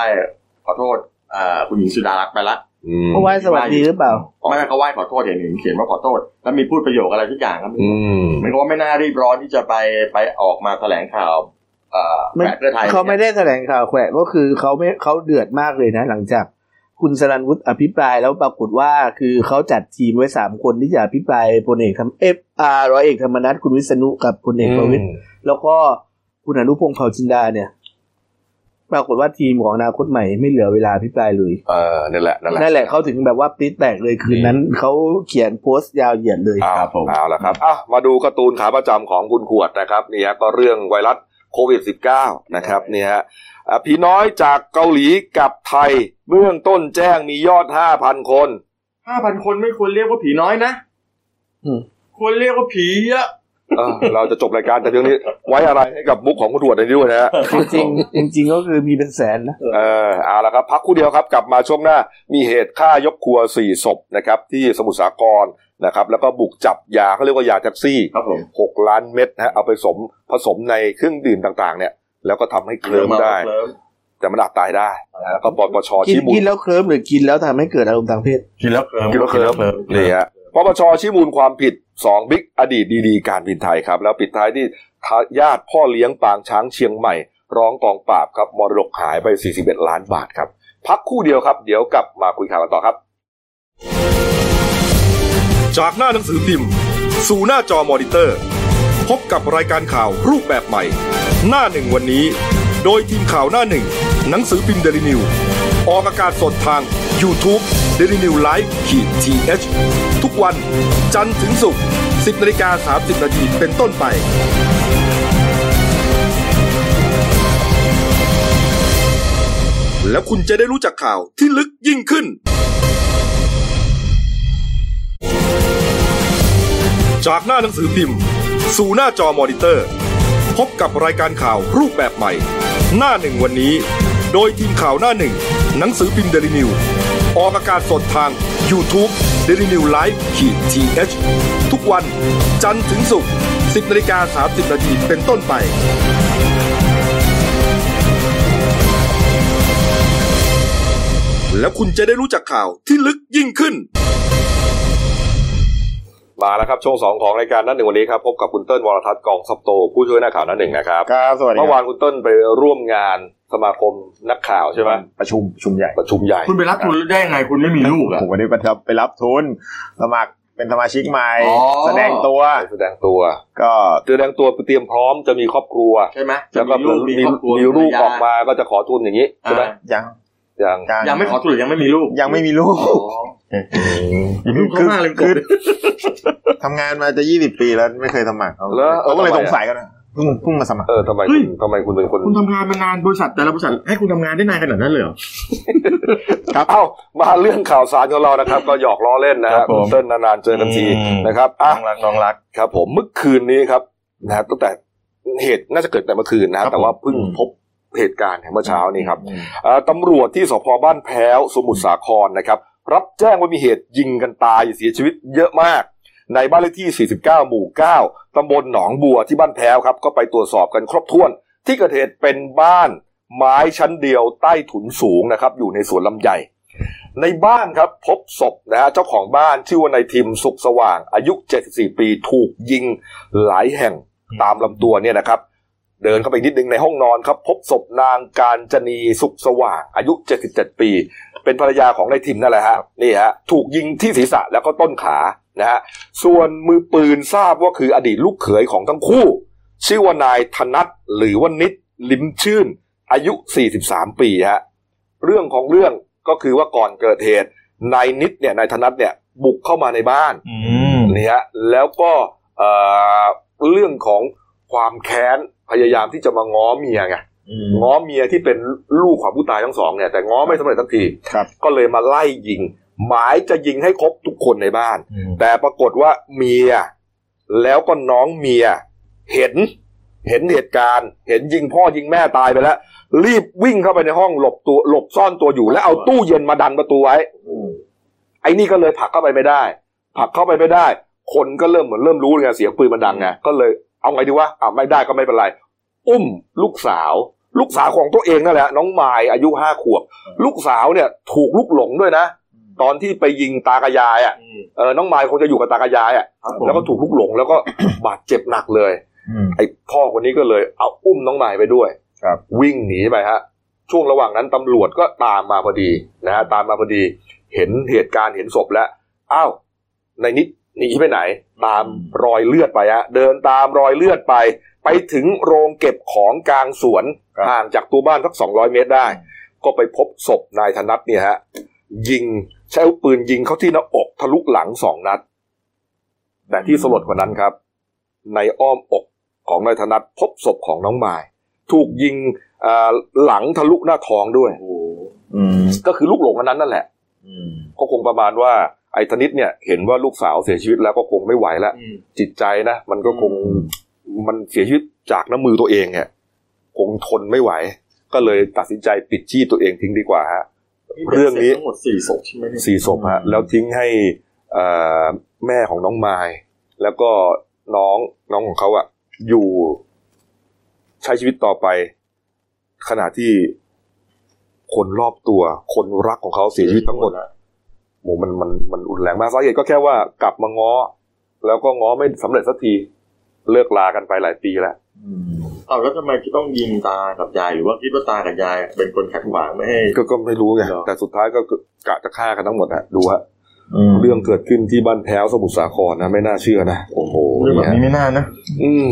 Speaker 3: ขอโทษเอ่อคุณหญิงสุดารัตน์ไปละ
Speaker 1: อืม
Speaker 2: เพราะว่าสวัสดีหรือเปล่า
Speaker 3: ไม่ไม่เขาไหว้ขอโทษเห็นเห็นเขียนว่าขอโทษ แล้วมีพูดประโยคอะไรทุกอย่างครับ
Speaker 1: อืม
Speaker 3: มันก็ว่าไม่น่ารีบร้อนที่จะไปไปออกมาแถลงข่าวเอ่อ
Speaker 2: ไม่
Speaker 3: แปะเพื่อไทย
Speaker 2: เขาไม่ได้แถลงข่าวแขวะก็คือเขาไม่เขาเดือดมากเลยนะ หลังจากคุณสรันวุฒิอภิปรายแล้วปรากฏว่าคือเขาจัดทีมไว้สามคนที่จะอภิปรายพลเอกทำเอฟอาร์ร้อยเอกธรรมนัฐคุณวิษณุกับพลเอกประวิตยแล้วก็คุณอนุพงษ์เผ่าจินดาเนี่ย ปรากฏว่าทีมของอนาคตใหม่ไม่เหลือเวลาอภิปรายเลย
Speaker 1: เออนั่นแหละนั่นแหละ
Speaker 2: นั่นแหละเขาถึงแบบว่าปริ๊ดแตกเลยคืนนั้นเขาเขียนโพสต์ยาวเหยียดเลย
Speaker 1: เอาเอาละครับอ่ะมาดูการ์ตูนขาประจำของคุณขวดนะครับนี่ฮะก็เรื่องไวรัสโควิด -19 นะครับนี่ฮะอ่ะผีน้อยจากเกาหลีกลับไทยเบื้องต้นแจ้งมียอด 5,000 คน
Speaker 3: ห้าพันคนไม่ควรเรียกว่าผีน้อยนะ
Speaker 2: อืม
Speaker 3: ควรเรียกว่าผีเยอะ
Speaker 1: เออเราจะจบรายการแต่เพียงนี้ไว้อะไรให้กับมุกของคุณถวดในนี้ด้วยนะฮะ
Speaker 2: จริงๆจริง ๆ ก็คือมีเป็นแสนนะ
Speaker 1: เออเอาละครับ พักครู่เดียวครับ กลับมาช่วงหน้า มีเหตุฆ่ายกครัวสี่ศพนะครับ ที่สมุทรสาครนะครับ แล้วก็บุกจับยาเขาเรียกว่ายาแท็กซี่
Speaker 3: ครับผม
Speaker 1: หกล้านเม็ดนะฮะเอาไปสมผสมในเครื่องดื่มต่างๆ เนี่ย แล้วก็ทำให้เคลิ้มได้
Speaker 3: เคลิ้ม
Speaker 1: แต่มันอับตายได้นะฮะก็ปปช
Speaker 2: กิน
Speaker 1: ชี้มู
Speaker 2: กิ
Speaker 1: ล
Speaker 2: นแล้วเคลิ้มหรือกินแล้วทำให้เกิดอารมณ์ทางเพศ
Speaker 3: กินแล้วเคลิ้ม
Speaker 1: กินแล้วเคลิ้มนี่ฮะปปชชี้มูลความผิดสองบิ๊กอดีตดีๆการบินไทยครับ แล้วปิดท้ายที่ทายาทพ่อเลี้ยงปางช้างเชียงใหม่ ร้องกองปราบครับมรดกหายไป 41 ล้านบาทครับ พักครู่เดียวครับ เดี๋ยวกลับมาคุยข่าวกันต่อครับ
Speaker 4: จากหน้าหนังสือพิมพ์ สู่หน้าจอมอนิเตอร์ พบกับรายการข่าวรูปแบบใหม่ หน้าหนึ่งวันนี้ โดยทีมข่าวหน้าหนึ่ง หนังสือพิมพ์เดลิวิวออกอากาศสดทาง y o u t u เด d ิวิวไลฟ์ขีดทีเทุกวันจันทร์ถึงศุกร์10นาฬิกา30นาทีเป็นต้นไป แล้วคุณจะได้รู้จักข่าวที่ลึกยิ่งขึ้น จากหน้าหนังสือพิมพ์ สู่หน้าจอมอนิเตอร์ พบกับรายการข่าวรูปแบบใหม่ หน้าหนึ่งวันนี้ โดยทีมข่าวหน้าหนึ่ง หนังสือพิมพ์เดลิวิวออกอากาศสดทาง y o u t u เด d ิวิวไลฟ์ขีดทีเทุกวันจันทร์ถึงศุกร์10นาฬิกา30นาทีเป็นต้นไป แล้วคุณจะได้รู้จักข่าวที่ลึกยิ่งขึ้น
Speaker 1: มาแล้วครับช่วงสองของรายการหนั่นหนึ่งวันนี้ครับพบกับคุณเติ้ลวรทัศน์กองซับโต ผู้ช่วยหน้าข่าวหนั่นหนึ่งนะครับ
Speaker 5: ครับสวัสดี
Speaker 1: เมื่อ
Speaker 5: ครั
Speaker 1: วา
Speaker 5: บ
Speaker 1: นคุณเติ้ลไปร่วมงานสมาคมนักข่าวใช่ไหม
Speaker 5: ประชุมประชุมใหญ่
Speaker 1: ประชุมใหญ่
Speaker 3: คุณไปรับทุนได้ยังไงคุณไม่มีลูกอะ
Speaker 5: ผมวันนี้ไปรับไปรับทุนสมัครเป็นสมาชิกใหม่
Speaker 3: อ๋อ
Speaker 5: แสดงตัว
Speaker 1: แสดงตัว
Speaker 5: ก็
Speaker 1: แสดงตัวเตรียมพร้อมจะมีครอบครัว
Speaker 3: ใช่ไหม
Speaker 1: แล้วก็
Speaker 3: จะมีลูก
Speaker 1: มี
Speaker 3: มีครอบครัว
Speaker 1: มีลูก
Speaker 3: ภรรยา
Speaker 1: ออกมาก็จะขอทุนอย่างนี้ใช่ไหม
Speaker 3: อ่า
Speaker 5: ยัง
Speaker 1: อย่าง
Speaker 3: ยังไม่ขอทุนหรือยังไม่มีลูก
Speaker 5: ยังไม่มีลูก
Speaker 3: อ๋ออย่าเพิ่งเข้ามาเลยก
Speaker 5: คื
Speaker 3: ด
Speaker 5: อทำงานมาจะยี่สิบปีแล้วไม่เคยสมัคร
Speaker 1: แล้ว
Speaker 5: เขาก็เลย
Speaker 1: ทำไมอ่ะ
Speaker 5: สงสัยกันนะ เพิ่งเพิ่งมาสมัคร
Speaker 1: เออทำไม
Speaker 3: เฮ้ย
Speaker 1: คุณทำไมคุณเป็นคน
Speaker 3: คุณทำงานมานานบริษัทแต่ละบริษัทให้คุณทำงานได้นานขนาดนั้นเลยเหรอ
Speaker 1: เอ้ามาเรื่องข่าวสารของเรานะครับ ก็หยอกล้อเล่นนะ
Speaker 3: ครั
Speaker 1: ฮะ
Speaker 3: บผม
Speaker 1: คุณเติ้ลนานๆเจอกันที
Speaker 3: อืม
Speaker 1: นะครับอ่ะ
Speaker 3: น้องรักน้องรัก
Speaker 1: ครับผมเมื่อคืนนี้ครับนะฮะตั้งแต่เหตุน่าจะเกิดแต่เมื่อคืนนะฮะ
Speaker 3: ครับผม
Speaker 1: แต่ว่าเพิ่งพบเหตุการณ์เมื่อเช้านี้ครับ
Speaker 3: อืม
Speaker 1: เอ่อตำรวจที่สพบ้านแพ้ว สมุทรสาครนะครับ รับแจ้งว่ามีเหตุยิงกันตายเสียชีวิตเยอะมาก ในบ้านเลขที่ 49 หมู่ 9 ตำบลหนองบัวที่บ้านแพ้วครับ ก็ไปตรวจสอบกันครบถ้วน ที่เกิดเหตุเป็นบ้านไม้ชั้นเดียวใต้ถุนสูงนะครับ อยู่ในสวนลำไย ในบ้านครับพบศพนะฮะเจ้าของบ้านชื่อว่านายทิมสุขสว่าง อายุ 74 ปีถูกยิงหลายแห่งตามลำตัวเนี่ยนะครับ เดินเข้าไปนิดนึงในห้องนอนครับ พบศพนางการจนีสุขสว่าง อายุ 77 ปี เป็นภรรยาของนายทิมนั่นแหละฮะนี่ฮะถูกยิงที่ศีรษะแล้วก็ต้นขานะฮะส่วนมือปืนทราบว่าคืออดีตลูกเขยของทั้งคู่ ชื่อว่านายธนัทหรือว่านิดลิ้มชื่น อายุ 43 ปีฮะ เรื่องของเรื่องก็คือว่าก่อนเกิดเหตุนายนิดเนี่ยนายธนัทเนี่ยบุกเข้ามาในบ้านนี่ฮะแล้วก็เอ่อเรื่องของความแค้นพยายามที่จะมาง้อเมียไงง้อเมียที่เป็นลูกของผู้ตายทั้งสองเนี่ยแต่ง้อไม่สำเร็จสักที
Speaker 5: ครับ
Speaker 1: ก็เลยมาไล่ยิง หมายจะยิงให้ครบทุกคนในบ้าน
Speaker 3: อืม
Speaker 1: แต่ปรากฏว่าเมีย แล้วก็น้องเมีย เห็น เห็นเหตุการณ์ เห็นยิงพ่อยิงแม่ตายไปแล้ว รีบวิ่งเข้าไปในห้องหลบตัวหลบซ่อนตัวอยู่ แล้วเอาตู้เย็นมาดันประตูไว้ ไอ้นี่ก็เลยผลักเข้าไปไม่ได้ผลักเข้าไปไม่ได้ คนก็เริ่มเหมือนเริ่มรู้ไงเสียงปืนมันดังไงก็เลยเอาไงดีวะอ่าไม่ได้ก็ไม่เป็นไร อุ้มลูกสาว ลูกสาวของตัวเองนั่นแหละ น้องมายอายุห้าขวบ ลูกสาวเนี่ยถูกลูกหลงด้วยนะ ตอนที่ไปยิงตากายายอ่ะเออน้องมายคงจะอยู่กับตากายายอ่ะ
Speaker 3: ครับผม
Speaker 1: แล้วก็ถูกลุกหลงแล้วก็ บาดเจ็บหนักเลย
Speaker 5: อืม
Speaker 1: ไอ้พ่อคนนี้ก็เลยเอาอุ้มน้องมายไปด้วย
Speaker 5: ครับ
Speaker 1: วิ่งหนีไปฮะ ช่วงระหว่างนั้นตำรวจก็ตามมาพอดีนะฮะตามมาพอดี เห็นเหตุการณ์เห็นศพแล้วอ้าวในนิดหนีไปไหน ตามรอยเลือดไปฮะเดินตามรอยเลือดไป ไปถึงโรงเก็บของกลางสวน
Speaker 5: ครับ
Speaker 1: ห่างจากตัวบ้านสักสองร้อยเมตรได้ ก็ไปพบศพนายธนัทเนี่ยฮะยิงใช้อาวุธปืนยิงเข้าที่หน้าอกทะลุหลังสองนัด แต่ที่สลดกว่านั้นครับ ในอ้อมอกของนายธนัทพบศพของน้องมาย ถูกยิงเอ่อหลังทะลุหน้าท้องด้วย
Speaker 5: อืม
Speaker 1: ก็คือลูกหลงอันนั้นนั่นแหละ
Speaker 5: อืม
Speaker 1: ก็คงประมาณว่าไอ้ธนิตเนี่ย เห็นว่าลูกสาวเสียชีวิตแล้วก็คงไม่ไหวแล้ว
Speaker 3: อืม
Speaker 1: จิตใจนะมันก็คงมันเสียชีวิตจากน้ำมือตัวเองเนี่ยคงทนไม่ไหว ก็เลยตัดสินใจปิดชีพตัวเองทิ้งดีกว่าฮะ เรื่องนี้
Speaker 3: ทั้งหมดสี่ศพใช่ไหมเนี่ย
Speaker 1: สี่ศพฮะแล้วทิ้งให้เอ่อแม่ของน้องมาย แล้วก็น้องน้องของเขาอะอยู่ใช้ชีวิตต่อไป ขณะที่คนรอบตัว คนรักของเขาเสียชีวิตทั้งหมดโหมันมันมันอุนแรงมากสาเหตุก็แค่ว่ากลับมาง้อ แล้วก็ง้อไม่สำเร็จสักที เลิกลากันไปหลายปีแล้ว
Speaker 5: อืม
Speaker 3: อ้าวแล้วทำไมจะต้องยิงตากับยายหรือว่าคิดว่าตากับยายเป็นคนขัดขวางไม่ให้
Speaker 1: ก็ก็ไม่รู้ไง
Speaker 3: เหรอ
Speaker 1: แต่สุดท้ายก็กะจะฆ่ากันทั้งหมดอะดูฮะ
Speaker 5: ม
Speaker 1: เรื่องเกิดขึ้นที่บ้านแพ้วสมุทรสาครนะไม่น่าเชื่อนะโอ้โห
Speaker 3: เรื่องแบบนี้ไม่น่านะ
Speaker 1: อืม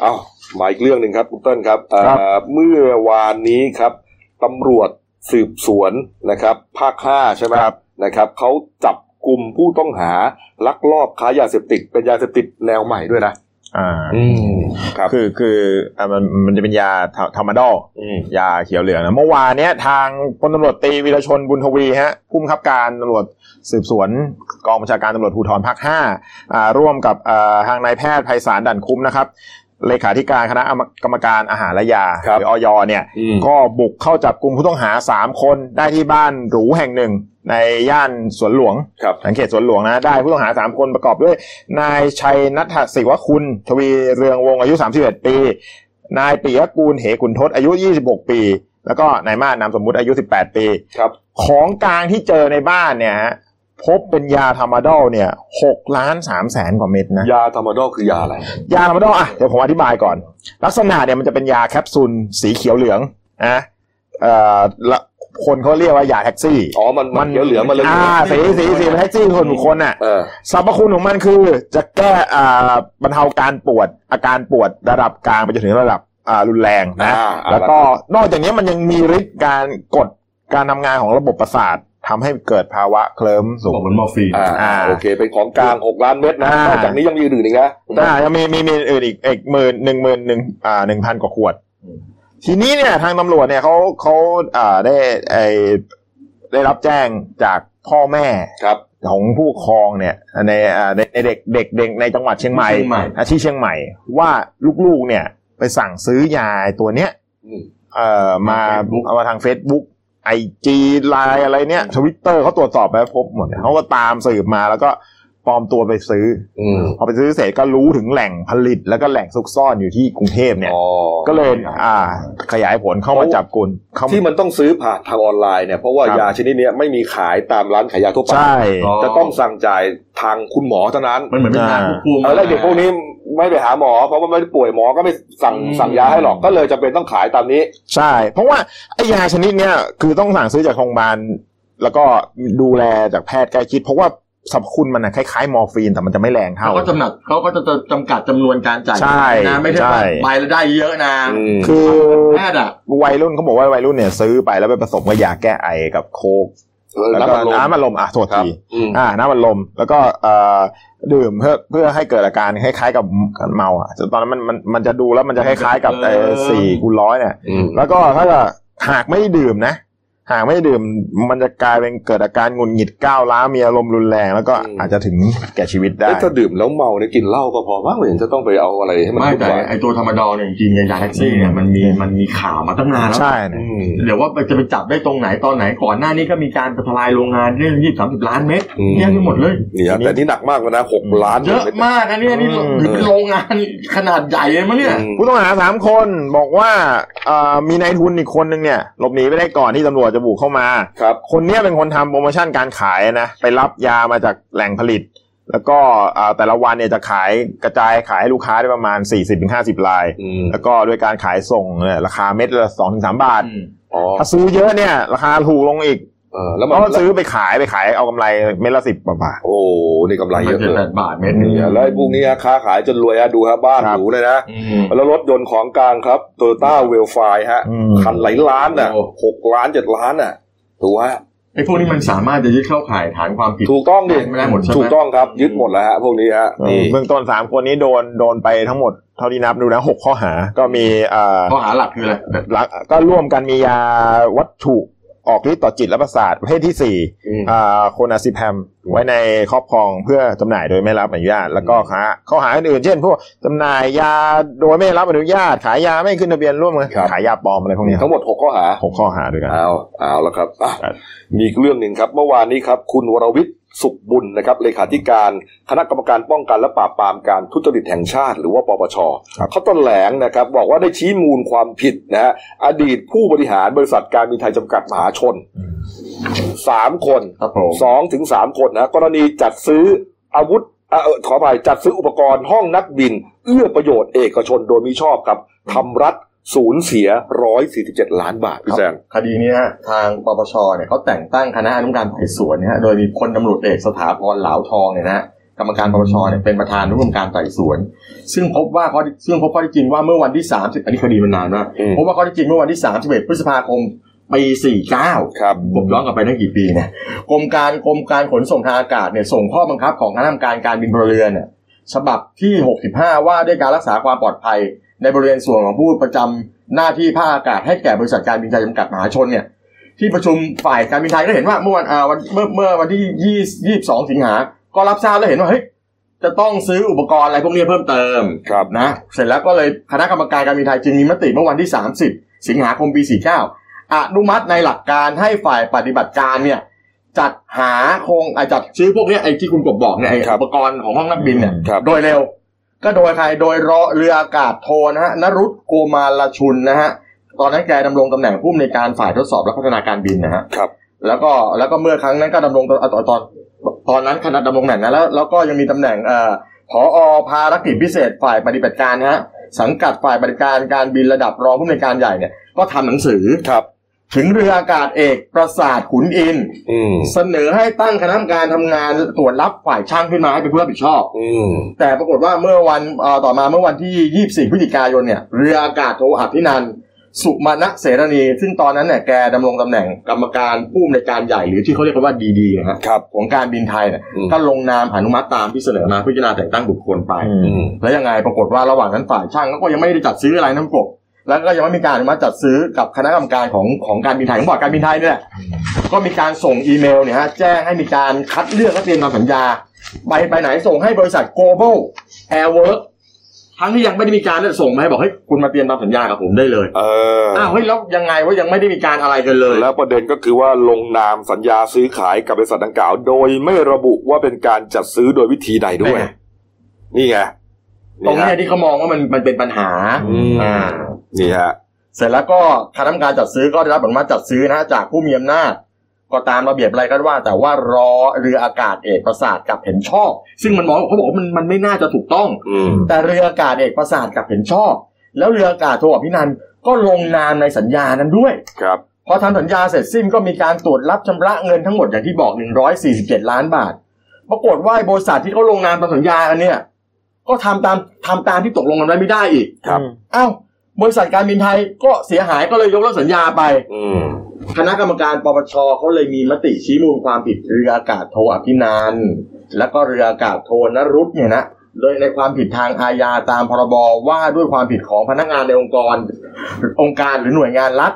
Speaker 1: เอามาอีกเรื่องหนึ่งครับคุณเติ้ลครับเอ่อเมื่อวานนี้ครับตำรวจสืบสวนนะครับ ภาคห้าใช่ไหมครับนะครับเขาจับกลุ่มผู้ต้องหาลักลอบค้ายาเสพติด เป็นยาเสพติดแนวใหม่ด้วยนะ
Speaker 5: อ่า
Speaker 1: อืมครับ
Speaker 5: คือคืออ่ามันมันจะเป็นยาธรรมดอล
Speaker 1: อืม
Speaker 5: ยาเขียวเหลืองนะเมื่อวานเนี้ยทางพลตำรวจตรีวีรชนบุญทวีฮะผู้บังคับการตำรวจสืบสวนกองบัญชาการตำรวจภูธรภาคห้าอ่าร่วมกับอ่าทางนายแพทย์ไพศาลดั่นคุ้มนะครับเลขาธิการคณะกรรมการอาหารและยา
Speaker 1: ครับ
Speaker 5: หรือออยเนี่ย
Speaker 1: อืม
Speaker 5: ก็บุกเข้าจับกลุ่มผู้ต้องหา 3 คนได้ที่บ้านหรูแห่งหนึ่ง ในย่านสวนหลวง
Speaker 1: ครับ
Speaker 5: สังเกตสวนหลวงนะได้ผู้ต้องหา 3 คนประกอบด้วย นายชัยนัทศิวคุณ ทวีเรืองวงศ์อายุ 31 ปี นายปิยกูลเหกุนทศอายุ 26 ปี แล้วก็นายมาศนามสมมุติอายุ 18 ปี
Speaker 1: ครับ
Speaker 5: ของกลางที่เจอในบ้านเนี่ยฮะพบเป็นยาธรรมาดอลเนี่ย6ล้าน3แสนกว่าเม็ดนะ
Speaker 1: ยาธรรมดอลคือยาอะไร
Speaker 5: ยาธรรมดอลอ่ะเดี๋ยวผมอธิบายก่อน ลักษณะเนี่ยมันจะเป็นยาแคปซูลสีเขียวเหลืองนะเอ่อละคนเขาเรียกว่ายาแท็กซี่
Speaker 1: อ๋อ มันมันเขียวเหลืองมาเลย
Speaker 5: อ่าสีสีสีเป็นแท็กซี่คนบุคคลน่ะ
Speaker 1: เออ
Speaker 5: สรรพคุณของมันคือจะแก้อ่าบรรเทาการปวดอาการปวดระดับกลางไปจนถึงระดับอ่ารุนแรงนะ
Speaker 1: อ่าอ่า
Speaker 5: แล้วก็นอกจากนี้มันยังมีฤทธิ์การกดการทำงานของระบบประสาท ทำให้เกิดภาวะเคลิ้มสู
Speaker 3: บอก
Speaker 5: ง
Speaker 3: เหมือนมอร์ฟีน
Speaker 1: อ่า
Speaker 5: อ่า
Speaker 1: โอเค เป็นของกลางหกล้านเม็ดนะ
Speaker 5: อ่าน น
Speaker 1: อกจากนี้ยังมีอื่นอีกนะ
Speaker 5: อ่ายังมีมีมีอื่นอีกอีกหมื่นหนึ่งหมื่นหนึ่งอ่าหนึ่งพันกว่าขวด
Speaker 3: อืม
Speaker 5: ทีนี้เนี่ยทางตำรวจเนี่ยเขาเขาอ่าได้ไอได้รับแจ้งจากพ่อแม่
Speaker 1: ครับ
Speaker 5: ของผู้ปกครองเนี่ยในอ่าในในเด็กเด็กเด็กในจังหวัดเชียงใหม่
Speaker 3: เชียงใหม่
Speaker 5: อาชีพเชียงใหม่ ว่าลูกๆเนี่ยไปสั่งซื้อยาไอ้ตัวเนี้ย
Speaker 1: อืม
Speaker 5: เอ่อมาเอามาทาง Facebook ไอจีไลน์อะไรเนี่ยทวิตเตอร์เขาตรวจสอบไปพบหมดเนี่ยเขาก็ตามสืบมาแล้วก็ปลอมตัวไปซื้อ
Speaker 1: อืม
Speaker 5: พอไปซื้อเสร็จก็รู้ถึงแหล่งผลิต แล้วก็แหล่งซุกซ่อนอยู่ที่กรุงเทพเนี่ย
Speaker 1: อ๋อ
Speaker 5: ก็เลยอ่า ขยายผลเข้ามาจับกลุ่มเข้ามา
Speaker 1: ที่มันต้องซื้อผ่านทางออนไลน์เนี่ยเพราะว่ายาชนิดเนี้ยไม่มีขายตามร้านขายยาทั่วไป
Speaker 5: ใช่
Speaker 1: จะต้องสั่งจ่ายทางคุณหมอเท่านั้น
Speaker 3: มันเหมือนเป็นงานควบคุม
Speaker 1: เออแล้วเด็กพวกนี้ไม่ไปหาหมอ เพราะว่าไม่ได้ป่วยหมอก็ไม่สั่ง
Speaker 3: อืม
Speaker 1: สั่งยาให้หรอกก็เลยจำเป็นต้องขายตามนี้
Speaker 5: ใช่ เพราะว่าไอ้ยาชนิดเนี้ยคือต้องสั่งซื้อจากโรงพยาบาลแล้วก็ดูแลจากแพทย์ใกล้ชิด เพราะว่าสรรพคุณมันนะคล้ายๆ มอร์ฟีนแต่มันจะไม่แรงเท่า
Speaker 3: เขาก็จำหนัดเขาก็จะจำกัดจำนวนการจ่าย
Speaker 5: ใช่
Speaker 3: นะไม่ใช่
Speaker 5: ใช่
Speaker 3: ว่าไปแล้วได้เยอะนะ
Speaker 5: คือ
Speaker 3: แพทย์อ่ะ
Speaker 5: วัยรุ่นเขาบอกว่าวัยรุ่นเนี่ยซื้อไปแล้วไปผสมกับยาแก้ไอกับโคกแล้วก็น้ำมันลมอ่ะโทษ
Speaker 1: ครับ
Speaker 5: ทีอ่าน้ำมันลมแล้วก็เอ่อดื่มเพื่อเพื่อให้เกิดอาการคล้ายๆกับเมาอ่ะตอนนั้นมันมันมันจะดูแล้วมันจะคล้ายๆกับไอ้สี่คูณร้อยเนี่ย แล้วก็ถ้าจะหากไม่ดื่มนะ หากไม่ดื่มมันจะกลายเป็นเกิดอาการหงุดหงิดก้าวร้าวมีอารมณ์รุนแรง แล้วก็
Speaker 1: อืม
Speaker 5: อาจจะถึงแก่ชีวิตได้
Speaker 1: เอ้ยถ้าดื่มแล้วเมาเนี่ยกินเหล้าก็พอมั้งไม่เห็นจะต้องไปเอาอะไรให้มัน
Speaker 3: ไม่
Speaker 1: วุ่น
Speaker 3: แต่
Speaker 1: วาย
Speaker 3: ไอตัวธรรมดอลเนี่ยจริงๆยาแท็กซี่เนี่ยมันมีมันมีข่าวมาตั้งนานแล้ว
Speaker 5: ใช่นะ
Speaker 1: อืม
Speaker 3: เดี๋ยวว่าจะไปจับได้ตรงไหนตอนไหนก่อนหน้านี้ก็มีการทลายโรงงานเรื่องยี่สามสิบล้านเม็ดเยอะไปหมดเลย
Speaker 1: เนี่ยแต่ที่หนักมากกว่านะหกล้าน
Speaker 3: เยอะมากนะเนี่ยนี่ถึงโรงงานขนาดใหญ่เลยมั้งเนี่ย
Speaker 1: อืม
Speaker 5: ผู้ต้องหาสามคนบอกว่าเอ่อมีนายทุนอีกคนนึงเนี่ยหลบหนีไปได้ก่อนที่ตำรวจจะบุกเข้ามา
Speaker 1: ครับ
Speaker 5: คนเนี้ยเป็นคนทำโปรโมชั่นการขายนะไปรับยามาจากแหล่งผลิต แล้วก็เอ่อแต่ละวันเนี่ยจะขายกระจายขายให้ลูกค้าได้ประมาณ 40-50 ราย
Speaker 1: อืม
Speaker 5: แล้วก็ด้วยการขายส่งเนี่ยราคาเม็ดละ2-3บาท
Speaker 1: อ๋อ
Speaker 5: ถ้าซื้อเยอะเนี่ย ราคาถูกลงอีก
Speaker 1: เออแล้ว
Speaker 5: เพ
Speaker 1: มัน
Speaker 5: ราะว่าซื้อไปขายไปขายเอากำไรเม็ดละสิบกว่าบาท
Speaker 1: โอ้นี่กำไรเยอะ
Speaker 3: จ็ด
Speaker 1: เล
Speaker 3: แป
Speaker 1: ย
Speaker 3: ดบาทเม็ดนึง
Speaker 1: เนี่ยแล้วไอ้พวกนี้นะค้าขายจนรวยฮะดูฮะบ้าน
Speaker 5: ค
Speaker 1: ห
Speaker 5: รับ
Speaker 1: รูเลยนะ
Speaker 3: อืม
Speaker 1: แล้วรถยนต์ของกลางครับโตโยต้าเวลไฟฮะ
Speaker 5: อืม
Speaker 1: คันหลายล้านน่ะ
Speaker 3: โอ้
Speaker 1: หกล้านเจ็ดล้านน่ะดูฮะ
Speaker 3: ไอ้พวกนี้มันสามารถจะยึดเข้าข่ายฐานความผิด
Speaker 1: ถูกต้องดิ
Speaker 3: ไม่ได้หมดใช่ไหม
Speaker 1: ถูกต้องครับยึดหมดแล้วฮะพวกนี้ฮะนี่
Speaker 5: เบื้องต้นสามคนนี้โดนโดนไปทั้งหมดเท่าที่นับดูนะหกข้อหา ก็มีเอ่อ
Speaker 3: ข้อหาหลักคืออะไร
Speaker 5: ลักก็ร่วมกันมียาวัตถุออกฤทธิ์ต่อจิตและประสาทประเภทที่สี่
Speaker 1: อืม
Speaker 5: อ่าโคนาซิแพมไว้ในครอบครองเพื่อจำหน่ายโดยไม่รับอนุญาต แล้วก็ค้าข้อหาอื่นๆเช่น พวกจำหน่ายยาโดยไม่รับอนุญาต ขายยาไม่ขึ้นทะเบียนร่วมกันขายยาปลอมอะไรพวกนี้
Speaker 1: ทั้งหมดหกข้อหา
Speaker 5: หกข้อหาด้วยกัน
Speaker 1: เอาเอาแล้วครับอ่ะ
Speaker 5: ครับ
Speaker 1: มีอีกเรื่องหนึ่งครับ เมื่อวานนี้ครับ คุณวรวิทย์สุขบุญนะครับเลขาธิการคณะกรรมการป้องกันและปราบปรามการทุจริตแห่งชาติ หรือว่าปปชเขาแถลงนะครับ บอกว่าได้ชี้มูลความผิดนะฮะอดีตผู้บริหารบริษัทการบินไทยจำกัดมหาชนสามคน
Speaker 3: ครับผม
Speaker 1: สองถึงสามคนนะกรณีจัดซื้ออาวุธเอ่อเอ่อขออภัยจัดซื้ออุปกรณ์ห้องนักบิน เอื้อประโยชน์เอกชนโดยมิชอบครับทำรัฐสูญเสีย147ล้านบาทพี่แซง
Speaker 3: คดีนี้ฮะทางปปชเนี่ยเขาแต่งตั้งคณะอนุกรรมการไต่สวนเนี่ยฮะโดยมีพลตำรวจเอกสถาพรเหลาทองเนี่ยนะฮะกรรมการปปชเนี่ยเป็นประธานอนุกรรมการไต่สวน ซึ่งพบว่าข้อซึ่งพบข้อที่จริงว่าเมื่อวันที่30อันนี้คดีมันนานมาก
Speaker 1: อืม
Speaker 3: พบว่าข้อที่จริงเมื่อวันที่31พฤษภาคมปี49
Speaker 1: ครับ
Speaker 3: ผมย้อนกลับไปตั้งกี่ปีเนี่ยกรมการกรมการขนส่งทางอากาศเนี่ยส่งข้อบังคับของคณะกรรมการการบินพลเรือนเนี่ยฉบับที่ 65 ว่าด้วยการรักษาความปลอดภัย ในบริเวณส่วนของผู้ประจำหน้าที่ภาคอากาศให้แก่บริษัทการบินไทยจำกัดมหาชนเนี่ยที่ประชุมฝ่ายการบินไทยก็เห็นว่าเมื่อวันอ่าวันเมื่อเมื่อวันที่ 20 22 สิงหา ก็รับทราบแล้วเห็นว่าเฮ้ยจะต้องซื้ออุปกรณ์อะไรพวกนี้เพิ่มเติม
Speaker 1: ครับ
Speaker 3: นะเสร็จแล้วก็เลยคณะกรรมการการบินไทยจึงมีมติเมื่อวันที่ 30 สิงหาคมปี 49 อนุมัติในหลักการให้ฝ่ายปฏิบัติการเนี่ยจัดหาโครงไอะจัดซื้อพวกเนี้ยไอ้ที่คุณกบบอกเนี่ยไอ้
Speaker 1: ครับ
Speaker 3: อุปกรณ์ของห้องนักบินเนี่ย
Speaker 1: ครับ
Speaker 3: โดยเร็ว ก็โดยใครโดยเรอเรืออากาศโทนะฮะนรุตโกมาลชุนนะฮะตอนนั้นแกดำรงตำแหน่งผู้อำนวยการฝ่ายทดสอบและพัฒนาการบินนะฮะ
Speaker 1: ครับ
Speaker 3: แล้วก็แล้วก็เมื่อครั้งนั้นก็ดำรงตอนตอนตอนตอนนั้นขณะดำรงตำแหน่งนะแล้วแล้วก็ยังมีตำแหน่งเอ่อผอภารกิจพิเศษฝ่ายปฏิบัติการนะฮะสังกัดฝ่ายปฏิบัติการการบินระดับรองผู้อำนวยการใหญ่เนี่ยก็ทำหนังสือ
Speaker 1: ครับ
Speaker 3: ถึงเรืออากาศเอกประสาทขุนอินทร์
Speaker 1: อืม
Speaker 3: เสนอให้ตั้งคณะกรรมการทำงานตรวจรับฝ่ายช่างขึ้นมาให้เป็นผู้รับผิดชอบ
Speaker 1: อืม
Speaker 3: แต่ปรากฏว่าเมื่อวันเอ่อต่อมาเมื่อวันที่ 24 พฤศจิกายนเนี่ยเรืออากาศโทอภินันท์ สุมาณะเสรณี ซึ่งตอนนั้นเนี่ยแกดำรงตำแหน่งกรรมการผู้อำนวยการใหญ่หรือที่เขาเรียกกันว่าดีๆนะฮะ
Speaker 1: ครับ
Speaker 3: ของการบินไทยเนี่ย
Speaker 1: อืม
Speaker 3: ก็ลงนามอนุมัติตามที่เสนอมาพิจารณาแต่งตั้งบุคคลไป
Speaker 1: อืม
Speaker 3: แล้วยังไงปรากฏว่าระหว่างนั้นฝ่ายช่างก็ยังไม่ได้จัดซื้ออะไรน้ำกบแล้วก็ยังไม่มีการอนุมัติจัดซื้อกับคณะกรรมการของของการบินไทยของบอร์ดการบินไทยนี่แหละก็มีการส่งอีเมลเนี่ยฮะแจ้งให้มีการคัดเลือกนักเรียนตามสัญญาไปไปไหนส่งให้บริษัท global airwork ทั้งที่ยังไม่ได้มีการส่งมาให้บอกให้ยคุณมาเตรียมตามสัญญากับผมได้เลย
Speaker 1: เออ
Speaker 3: อ้าวเฮ้ยแล้วยังไงว่ายังไม่ได้มีการอะไรกันเลย
Speaker 1: แล้วประเด็นก็คือว่าลงนามสัญญาซื้อขายกับบริษัทดังกล่าว โดยไม่ระบุว่าเป็นการจัดซื้อโดยวิธีใดด้วย
Speaker 3: ได้ไง
Speaker 1: นี่ไง
Speaker 3: ตรง
Speaker 1: ฮะ
Speaker 3: เนี้ยที่เขามองว่ามันมันเป็นปัญหา
Speaker 1: อืม
Speaker 3: อ่า
Speaker 1: นี่ฮะ
Speaker 3: เสร็จแล้วก็คณะกรรมการจัดซื้อก็ได้รับอนุมัติจัดซื้อนะจากผู้มีอำนาจก็ตามระเบียบอะไรก็ว่า แต่ว่ารอเรืออากาศเอกประสาทกลับเห็นชอบ ซึ่งมันมองเขาบอกว่ามันมันไม่น่าจะถูกต้อง
Speaker 1: อืม
Speaker 3: แต่เรืออากาศเอกประสาทกลับเห็นชอบ แล้วเรืออากาศโทอภินันท์ก็ลงนามในสัญญานั้นด้วย
Speaker 1: ครับ
Speaker 3: พอทำสัญญาเสร็จสิ้นก็มีการตรวจรับชำระเงินทั้งหมดอย่างที่บอก 147 ล้านบาท ปรากฏว่าไอ้บริษัทที่เขาลงนามตามสัญญากันเนี่ย ก็ทำตามทำตามที่ตกลงกันไว้ไม่ได้อีก
Speaker 1: ครับ
Speaker 3: อ้าวบริษัทการบินไทยก็เสียหายก็เลยยกเลิกสัญญาไป
Speaker 1: อืม
Speaker 3: คณะกรรมการปปชเขาเลยมีมติชี้มูลความผิดเรืออากาศโทอภินันท์และก็เรืออากาศโทนรุตเนี่ยนะโดยในความผิดทางอาญาตามพรบว่าด้วยความผิดของพนักงานในองค์กร องค์การหรือหน่วยงานรัฐ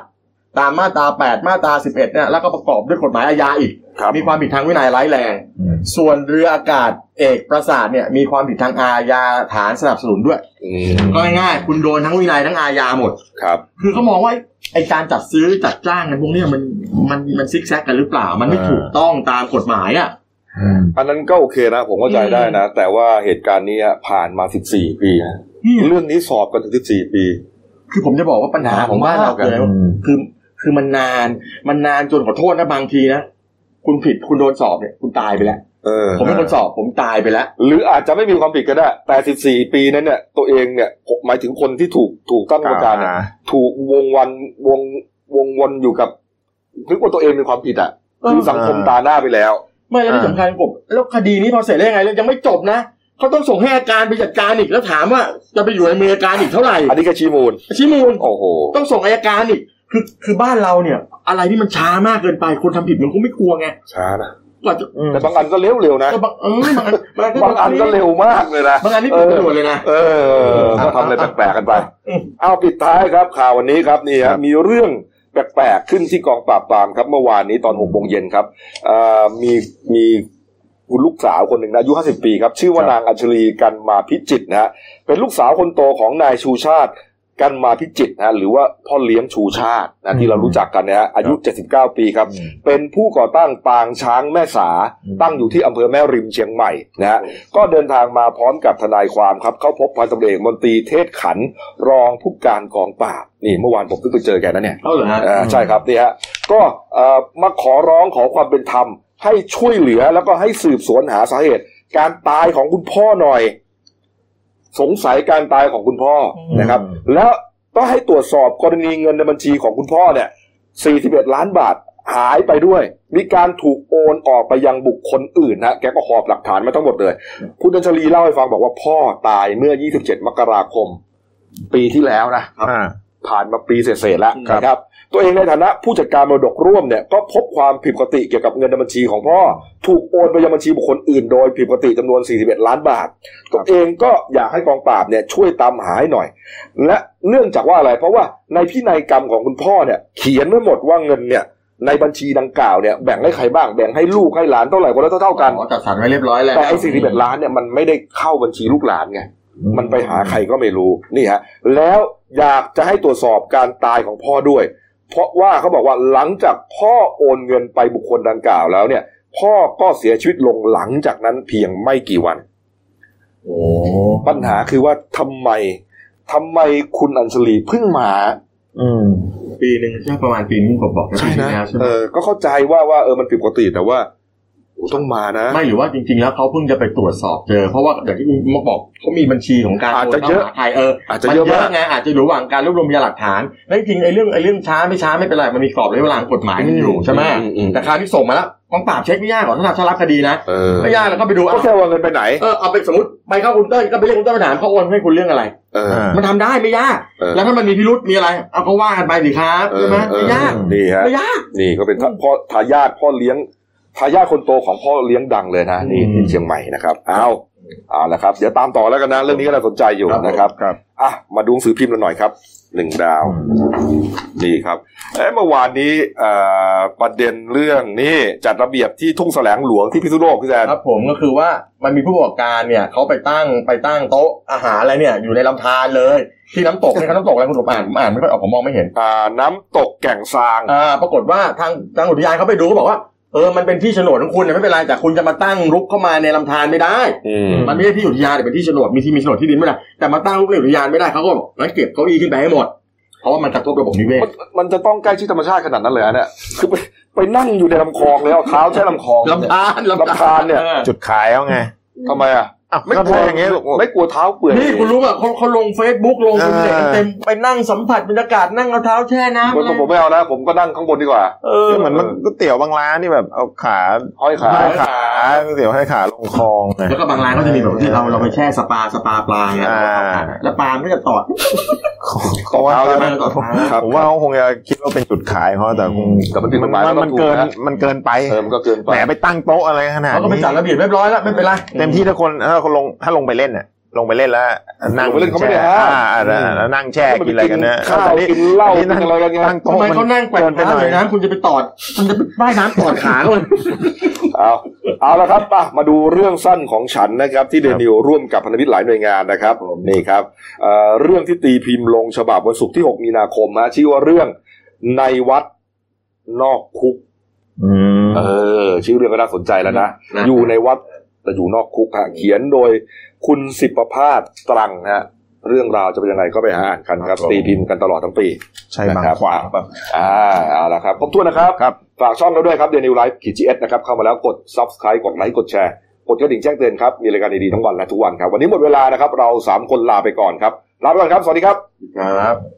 Speaker 3: ตามมาตรา 8 มาตรา 11เนี่ยแล้วก็ประกอบด้วยกฎหมายอาญาอีก
Speaker 1: ครับ
Speaker 3: มีความผิดทางวินัยร้ายแรง
Speaker 5: อืม
Speaker 3: ส่วนเรืออากาศเอกประสาทเนี่ยมีความผิดทางอาญาฐานสนับสนุนด้วย
Speaker 1: อืม
Speaker 3: ก็ง่ายๆคุณโดนทั้งวินัยทั้งอาญาหมด
Speaker 1: ครับ
Speaker 3: คือเขามองว่าไอการจัดซื้อจัดจ้างกันพวกเนี้ยมันมันมันซิกแซกกันหรือเปล่า มันไม่
Speaker 5: อ่า
Speaker 3: ถูกต้องตามกฎหมายอ่ะ
Speaker 1: อันนั้นก็โอเคนะ ผมเข้าใจได้นะ แต่ว่าเหตุการณ์นี้ฮะผ่านมา 14 ปีนะ
Speaker 3: อืม
Speaker 1: รุ่นนี้สอบกันถึง 14 ปี
Speaker 3: คือผมจะบอกว่าปัญหาของบ้านเราเกิดอะไรวะคือคือมันนานมันนานจนขอโทษนะบางทีนะคุณผิดคุณโดนสอบเนี่ยคุณตายไปแล้ว
Speaker 1: เออ
Speaker 3: ผมเป็นคนสอบผมตายไปแล้ว
Speaker 1: หรืออาจจะไม่มีความผิดก็ได้ แต่ 14 ปีนั้นเนี่ย ตัวเองเนี่ยผมหมายถึงคนที่ถูกถูกตั้งกรรมการเนี่ย ถูกวงวันวงวงวนอยู่กับนึกว่าตัวเองเป็นความผิดอ่ะ
Speaker 3: เออ
Speaker 1: คือสังคมตาหน้าไปแล้ว
Speaker 3: ไม่แล้วที่
Speaker 5: อ่า
Speaker 3: สำคัญผมแล้วคดีนี้พอเสร็จแล้วยังไงแล้วยังไม่จบนะเขาต้องส่งให้อาการไปจัดการอีกแล้วถามว่าจะไปอยู่ในมืออาการอีกเท่าไหร่
Speaker 1: อันนี้ก็ชี้มูล
Speaker 3: ชี้มูล
Speaker 1: โอ้โห
Speaker 3: ต้องส่งอายการอีก คือคือบ้านเราเนี่ย อะไรที่มันช้ามากเกินไป คนทำผิดมันก็ไม่กลัวไง
Speaker 1: ช้านะ
Speaker 3: กว่าจะ
Speaker 1: แต่บางอันก็เร็วเร็วๆนะ
Speaker 3: ก็บางเออบางอัน
Speaker 1: บางอันก็เร็วมากเลยนะ
Speaker 3: บางอันนี่
Speaker 1: เอ
Speaker 3: เป็น
Speaker 1: อ
Speaker 3: ประโยชน์เลยนะ
Speaker 1: เออก็ทำอะไรแปลกๆกันไป เอาปิดท้ายครับข่าววันนี้ครับนี่ฮะมีเรื่องแปลกๆขึ้นที่กองปราบปรามครับเมื่อวานนี้ตอนหกโมงเย็นครับเอ่อมีมีคุณลูกสาวคนหนึ่งนะอายุห้าสิบปีครับ ชื่อว่านางอัญชลีกันมาพิจิตรนะฮะเป็นลูกสาวคนโตของนายชูชาติกันมาพิจิตรนะฮะหรือว่าพ่อเลี้ยงชูชาตินะที่เรารู้จักกันนะฮะอายุ 79 ปีครับ เป็นผู้ก่อตั้งปางช้างแม่สา ตั้งอยู่ที่อำเภอแม่ริมเชียงใหม่นะฮะก็เดินทางมาพร้อมกับทนายความครับ เข้าพบพันตำรวจเอกมนตรีเทศขันธ์รองผู้การกองปราบนี่เมื่อวานผมเพิ่งไปเจอแกนะเนี่ย
Speaker 3: เอาเหรอฮะ
Speaker 1: อ่าใช่ครับนี่ฮะก็เอ่อมาขอร้องขอความเป็นธรรม ให้ช่วยเหลือแล้วก็ให้สืบสวนหาสาเหตุ การตายของคุณพ่อหน่อย สงสัยการตายของคุณพ่ออนะครับ แล้วต้องให้ตรวจสอบกรณีเงินในบัญชีของคุณพ่อเนี่ย 41 ล้านบาทหายไปด้วย มีการถูกโอนออกไปยังบุคคลอื่นนะแกก็หอบหลักฐานมาทั้งหมดเลย คุณอัญชลีเล่าให้ฟังบอกว่าพ่อตายเมื่อ 27 มกราคม ปีที่แล้วนะ
Speaker 5: อ่า
Speaker 1: ผ่านมาปีเศษๆแล้ว
Speaker 5: ครับ
Speaker 1: นะครับ ตัวเองในฐานะผู้จัดการมรดกร่วมเนี่ยก็พบความผิดปกติเกี่ยวกับเงินในบัญชีของพ่อ ถูกโอนไปยังบัญชีบุคคลอื่นโดยผิดปกติจำนวน 41 ล้านบาท ตัวเองก็อยากให้กองปราบเนี่ยช่วยตามหาให้หน่อย และเนื่องจากว่าอะไร เพราะว่าในพินัยกรรมของคุณพ่อเนี่ยเขียนไว้หมดว่าเงินเนี่ยในบัญชีดังกล่าวเนี่ยแบ่งให้ใครบ้างแบ่งให้ลูกให้หลานเท่าไหร่คนละเท่าๆกัน
Speaker 3: อ๋อจัดสรรไว้เรียบร้อยแล้ว
Speaker 1: แต่ไอ้สี่สิบเอ็ดล้านเนี่ยมันไม่ได้เข้าบัญชีลูกหลานไง มันไปหาใครก็ไม่รู้นี่ฮะ แล้วอยากจะให้ตรวจสอบการตายของพ่อด้วย เพราะว่าเขาบอกว่าหลังจากพ่อโอนเงินไปบุคคลดังกล่าวแล้วเนี่ย พ่อก็เสียชีวิตลงหลังจากนั้นเพียงไม่กี่วัน
Speaker 3: โอ้
Speaker 1: ปัญหาคือว่าทำไมทำไมคุณอัญชลีเพิ่งมา
Speaker 5: อืม
Speaker 3: ปีหนึ่งใช่ประมาณปีนึงผมบอก
Speaker 1: ใช่
Speaker 3: ปีที่
Speaker 1: นะ
Speaker 3: แล้วใช่ไหม
Speaker 1: เออก็เข้าใจว่าว่าเออมันผิดปกติแต่ว่า โอ้ต้องมานะ
Speaker 3: ไม่หรือว่าจริง ๆ แล้วเขาเพิ่งจะไปตรวจสอบเจอ เพราะว่าอย่างที่คุณมาบอกเขามีบัญชีของการ
Speaker 1: อาจจะ
Speaker 3: โนข้มหไทยเออ
Speaker 1: อา
Speaker 3: อา
Speaker 1: จจะเยอะมาก
Speaker 3: ไงอาจจะอยู่ระหว่างการรวบรวมพยานหลักฐานแล้วจริงๆไอ้เรื่องไอ้เรื่องช้าไม่ช้าไม่เป็นไรมันมีกรอบระยะเวลากฎหมายมันอยู่ใช่ไหม
Speaker 1: อือื
Speaker 3: แต่คราวนี้ส่งมาแล้วกองปราบเช็คไม่ยากหรอกถ้าถ้ารับคดีนะ
Speaker 1: เออ
Speaker 3: ไม่ยากแล้วก็ไปดู
Speaker 1: ก็
Speaker 3: เอา
Speaker 1: แค่ว่าเงินไปไหน
Speaker 3: เออเอาไปสมมติไปเข้าคุณเต้ยก็ไปเรียกคุณเต้ยมาถามเขาโอนให้คุณเรื่องอะไร
Speaker 1: เออ
Speaker 5: อ่า
Speaker 3: มันทำได้ไม่ยาก
Speaker 1: เออ
Speaker 3: แล้วถ้ามันมีพิรุษมีอะไรเอาก็ว่ากันไปสิครับ
Speaker 1: เออ
Speaker 3: ใช่ไหม
Speaker 1: เออย
Speaker 3: ไม่าก
Speaker 1: นี่ฮะ
Speaker 3: ไม่ยาก
Speaker 1: นี่ก็เป็นท่าพ่อทายาทพ่อเลี้ยงทายาทคนโตของพ่อเลี้ยงดังเลยนะนี่
Speaker 5: อืม
Speaker 1: ที่เชียงใหม่นะครับเอาเอาละครับ เดี๋ยวตามต่อแล้วกันนะ เรื่องนี้ก็น่าสนใจอยู่นะครับ
Speaker 5: ครับ
Speaker 1: อ่ะมาดูหนังสือพิมพ์กันหน่อยครับหนึ่งดาว นี่ครับเอ้ยเมื่อวานนี้เอ่อประเด็นเรื่องนี่จัดระเบียบที่ทุ่งแสลงหลวงที่พิษณุโลกพี่แซน
Speaker 3: ครับผมก็คือว่ามันมีผู้ประกอบการเนี่ยเขาไปตั้งไปตั้งโต๊ะอาหารอะไรเนี่ยอยู่ในลำธารเลย ที่น้ำตกเนี่ยครับน้ำตกอะไรคุณผมอ่านผมอ่านไม่ค่อยออกผมมองไม่เห็น
Speaker 1: อ่าน้ำตกแก่งซาง
Speaker 3: อ่าปรากฏว่าทางทางอุทยานเขาไปดูก็บอกว่าเออมันเป็นที่โฉนดของคุณเนี่ยไม่เป็นไรแต่คุณจะมาตั้งรุกเข้ามาในลำธารไม่ได้
Speaker 1: อืม
Speaker 3: มันไม่ใช่ที่อุทยานแต่เป็นที่โฉนดมีที่มีโฉนดที่ดินไม่ได้แต่มาตั้งรุกในอุทยานไม่ได้เขาก็บอกงั้นเก็บเก้าอี้ขึ้นไปให้หมด เพราะว่ามันกระทบระบบนิเวศ
Speaker 1: มันมันจะต้องใกล้ชิดธรรมชาติขนาดนั้นเลยนะเนี่ยคือไปไปนั่งอยู่ในลำคลองเลยเอาเท้าแช่ลำคลอง
Speaker 3: ลำธารลำ
Speaker 1: ลำธารเนี่ย
Speaker 3: ออ
Speaker 5: จุดขายเขาไง
Speaker 1: ทำไมอ่ะ
Speaker 5: อ้าว
Speaker 1: ไม่
Speaker 5: ก็
Speaker 1: กลัว
Speaker 5: ถ้าอย่างเงี้ย
Speaker 1: ไม่กลัวเท้าเปื่อย
Speaker 3: นี่คุณรู้ป่ะเขาเขาลงเฟซบุ๊กลงเป็นเด็ก
Speaker 5: เออ
Speaker 3: เต็มไปนั่งสัมผัสบรรยากาศนั่งเอาเท้าแช่
Speaker 1: ผ
Speaker 3: น้ำ
Speaker 1: ม
Speaker 3: อะไร
Speaker 1: ผมไม่เอานะ ผมก็นั่งข้างบนดีกว่า
Speaker 3: เออ
Speaker 5: เหมือนมันก๋วยเตี๋ยวบางร้านนี่แบบเอาขา
Speaker 1: ห้อยขา
Speaker 5: ห้อยขาก๋วยเตี๋ยวให้อยขาลงคลองไง
Speaker 3: แล้วก็บางร้านก็จะมีแบบที่เราเราไปแช่สปาสปาปลาเนี่ย
Speaker 5: อ่า
Speaker 3: แล้วปลามันก็จะตอด
Speaker 1: ต่อเท้าใช่ไหม
Speaker 3: ต่อเท้า
Speaker 1: ครับ
Speaker 5: ผมว่าเขาคงจะคิดว่าเป็นจุดขายเขาแต่คง
Speaker 1: แต่มันผิดกฎหมาย
Speaker 5: มัน
Speaker 1: แล้ว
Speaker 5: มัน
Speaker 1: ถูก
Speaker 5: เกิน
Speaker 1: นะ
Speaker 5: มันเกินไป
Speaker 1: เออมันก็เกินไป
Speaker 5: แหมไปตั้งโต๊ะอะไรขนาด
Speaker 3: เขาก็ไป
Speaker 5: นี้
Speaker 3: จัดระเบียบเรียบร้อยแล้วไม่เป็นไร
Speaker 5: เต็มที่ถ้าคนถ้าคนลงถ้าลงไปเล่นน่ะลงไปเล่นแล้วนั่ง
Speaker 1: ลงไปเล่นเขาไม่ได้
Speaker 5: แช่
Speaker 1: ห้าม
Speaker 5: อ่าอ่าแล้วนั่งแช่กินอะไรกันนะ
Speaker 1: ข้าว
Speaker 5: แต่นี่
Speaker 1: กินเหล้า
Speaker 5: อัน
Speaker 1: กิ
Speaker 5: นี้
Speaker 1: น
Speaker 5: นั่ง
Speaker 1: อะไรกันไง
Speaker 5: ตั้งโต๊ะ
Speaker 3: ทำไม
Speaker 5: มัน
Speaker 3: เขานั่งแกว่ง
Speaker 5: เกินไปห
Speaker 3: เท้า
Speaker 5: น่อย
Speaker 3: เลยนะคุณจะไปตอดคุณจะไปว่ายน้ำตอดขาเขาเลย
Speaker 1: เอาเอาละครับป่ะมาดูเรื่องสั้นของฉันนะครับ ที่เดนิวร่วมกับพันธมิตรหลายหน่วยงานนะครับนี่ครับเอ่อเรื่องที่ตีพิมพ์ลงฉบับวันศุกร์ที่ 6 มีนาคมนะชื่อว่าเรื่องในวัดนอกคุก
Speaker 5: อืม
Speaker 1: เออ ชื่อเรื่องก็น่าสนใจแล้วนะ
Speaker 3: นะ
Speaker 1: อยู่ในวัดแต่อยู่นอกคุกฮะเขียนโดยคุณสิบประพาสตรังฮะเรื่องราวจะเป็นยังไงก็ไปหาอ่านกันครับ
Speaker 5: ครับผม
Speaker 1: ตีพิมพ์กันตลอดทั้งปี
Speaker 5: ใช่บางขวางแบบ
Speaker 1: อ่าเอาละครับครบถ้วนนะครับ
Speaker 5: ครับ
Speaker 1: ฝากช่องเราด้วยครับเดนิวไลฟ์ขีดจีเอสนะครับ เข้ามาแล้วกด subscribe กดไลค์กดแชร์กดกระดิ่งแจ้งเตือนครับ มีรายการดีๆทั้งวันและทุกวันครับ วันนี้หมดเวลานะครับ เรา 3 คนลาไปก่อนครับ ลาไปก่อนครับ สวัสดีครับ
Speaker 3: ครับ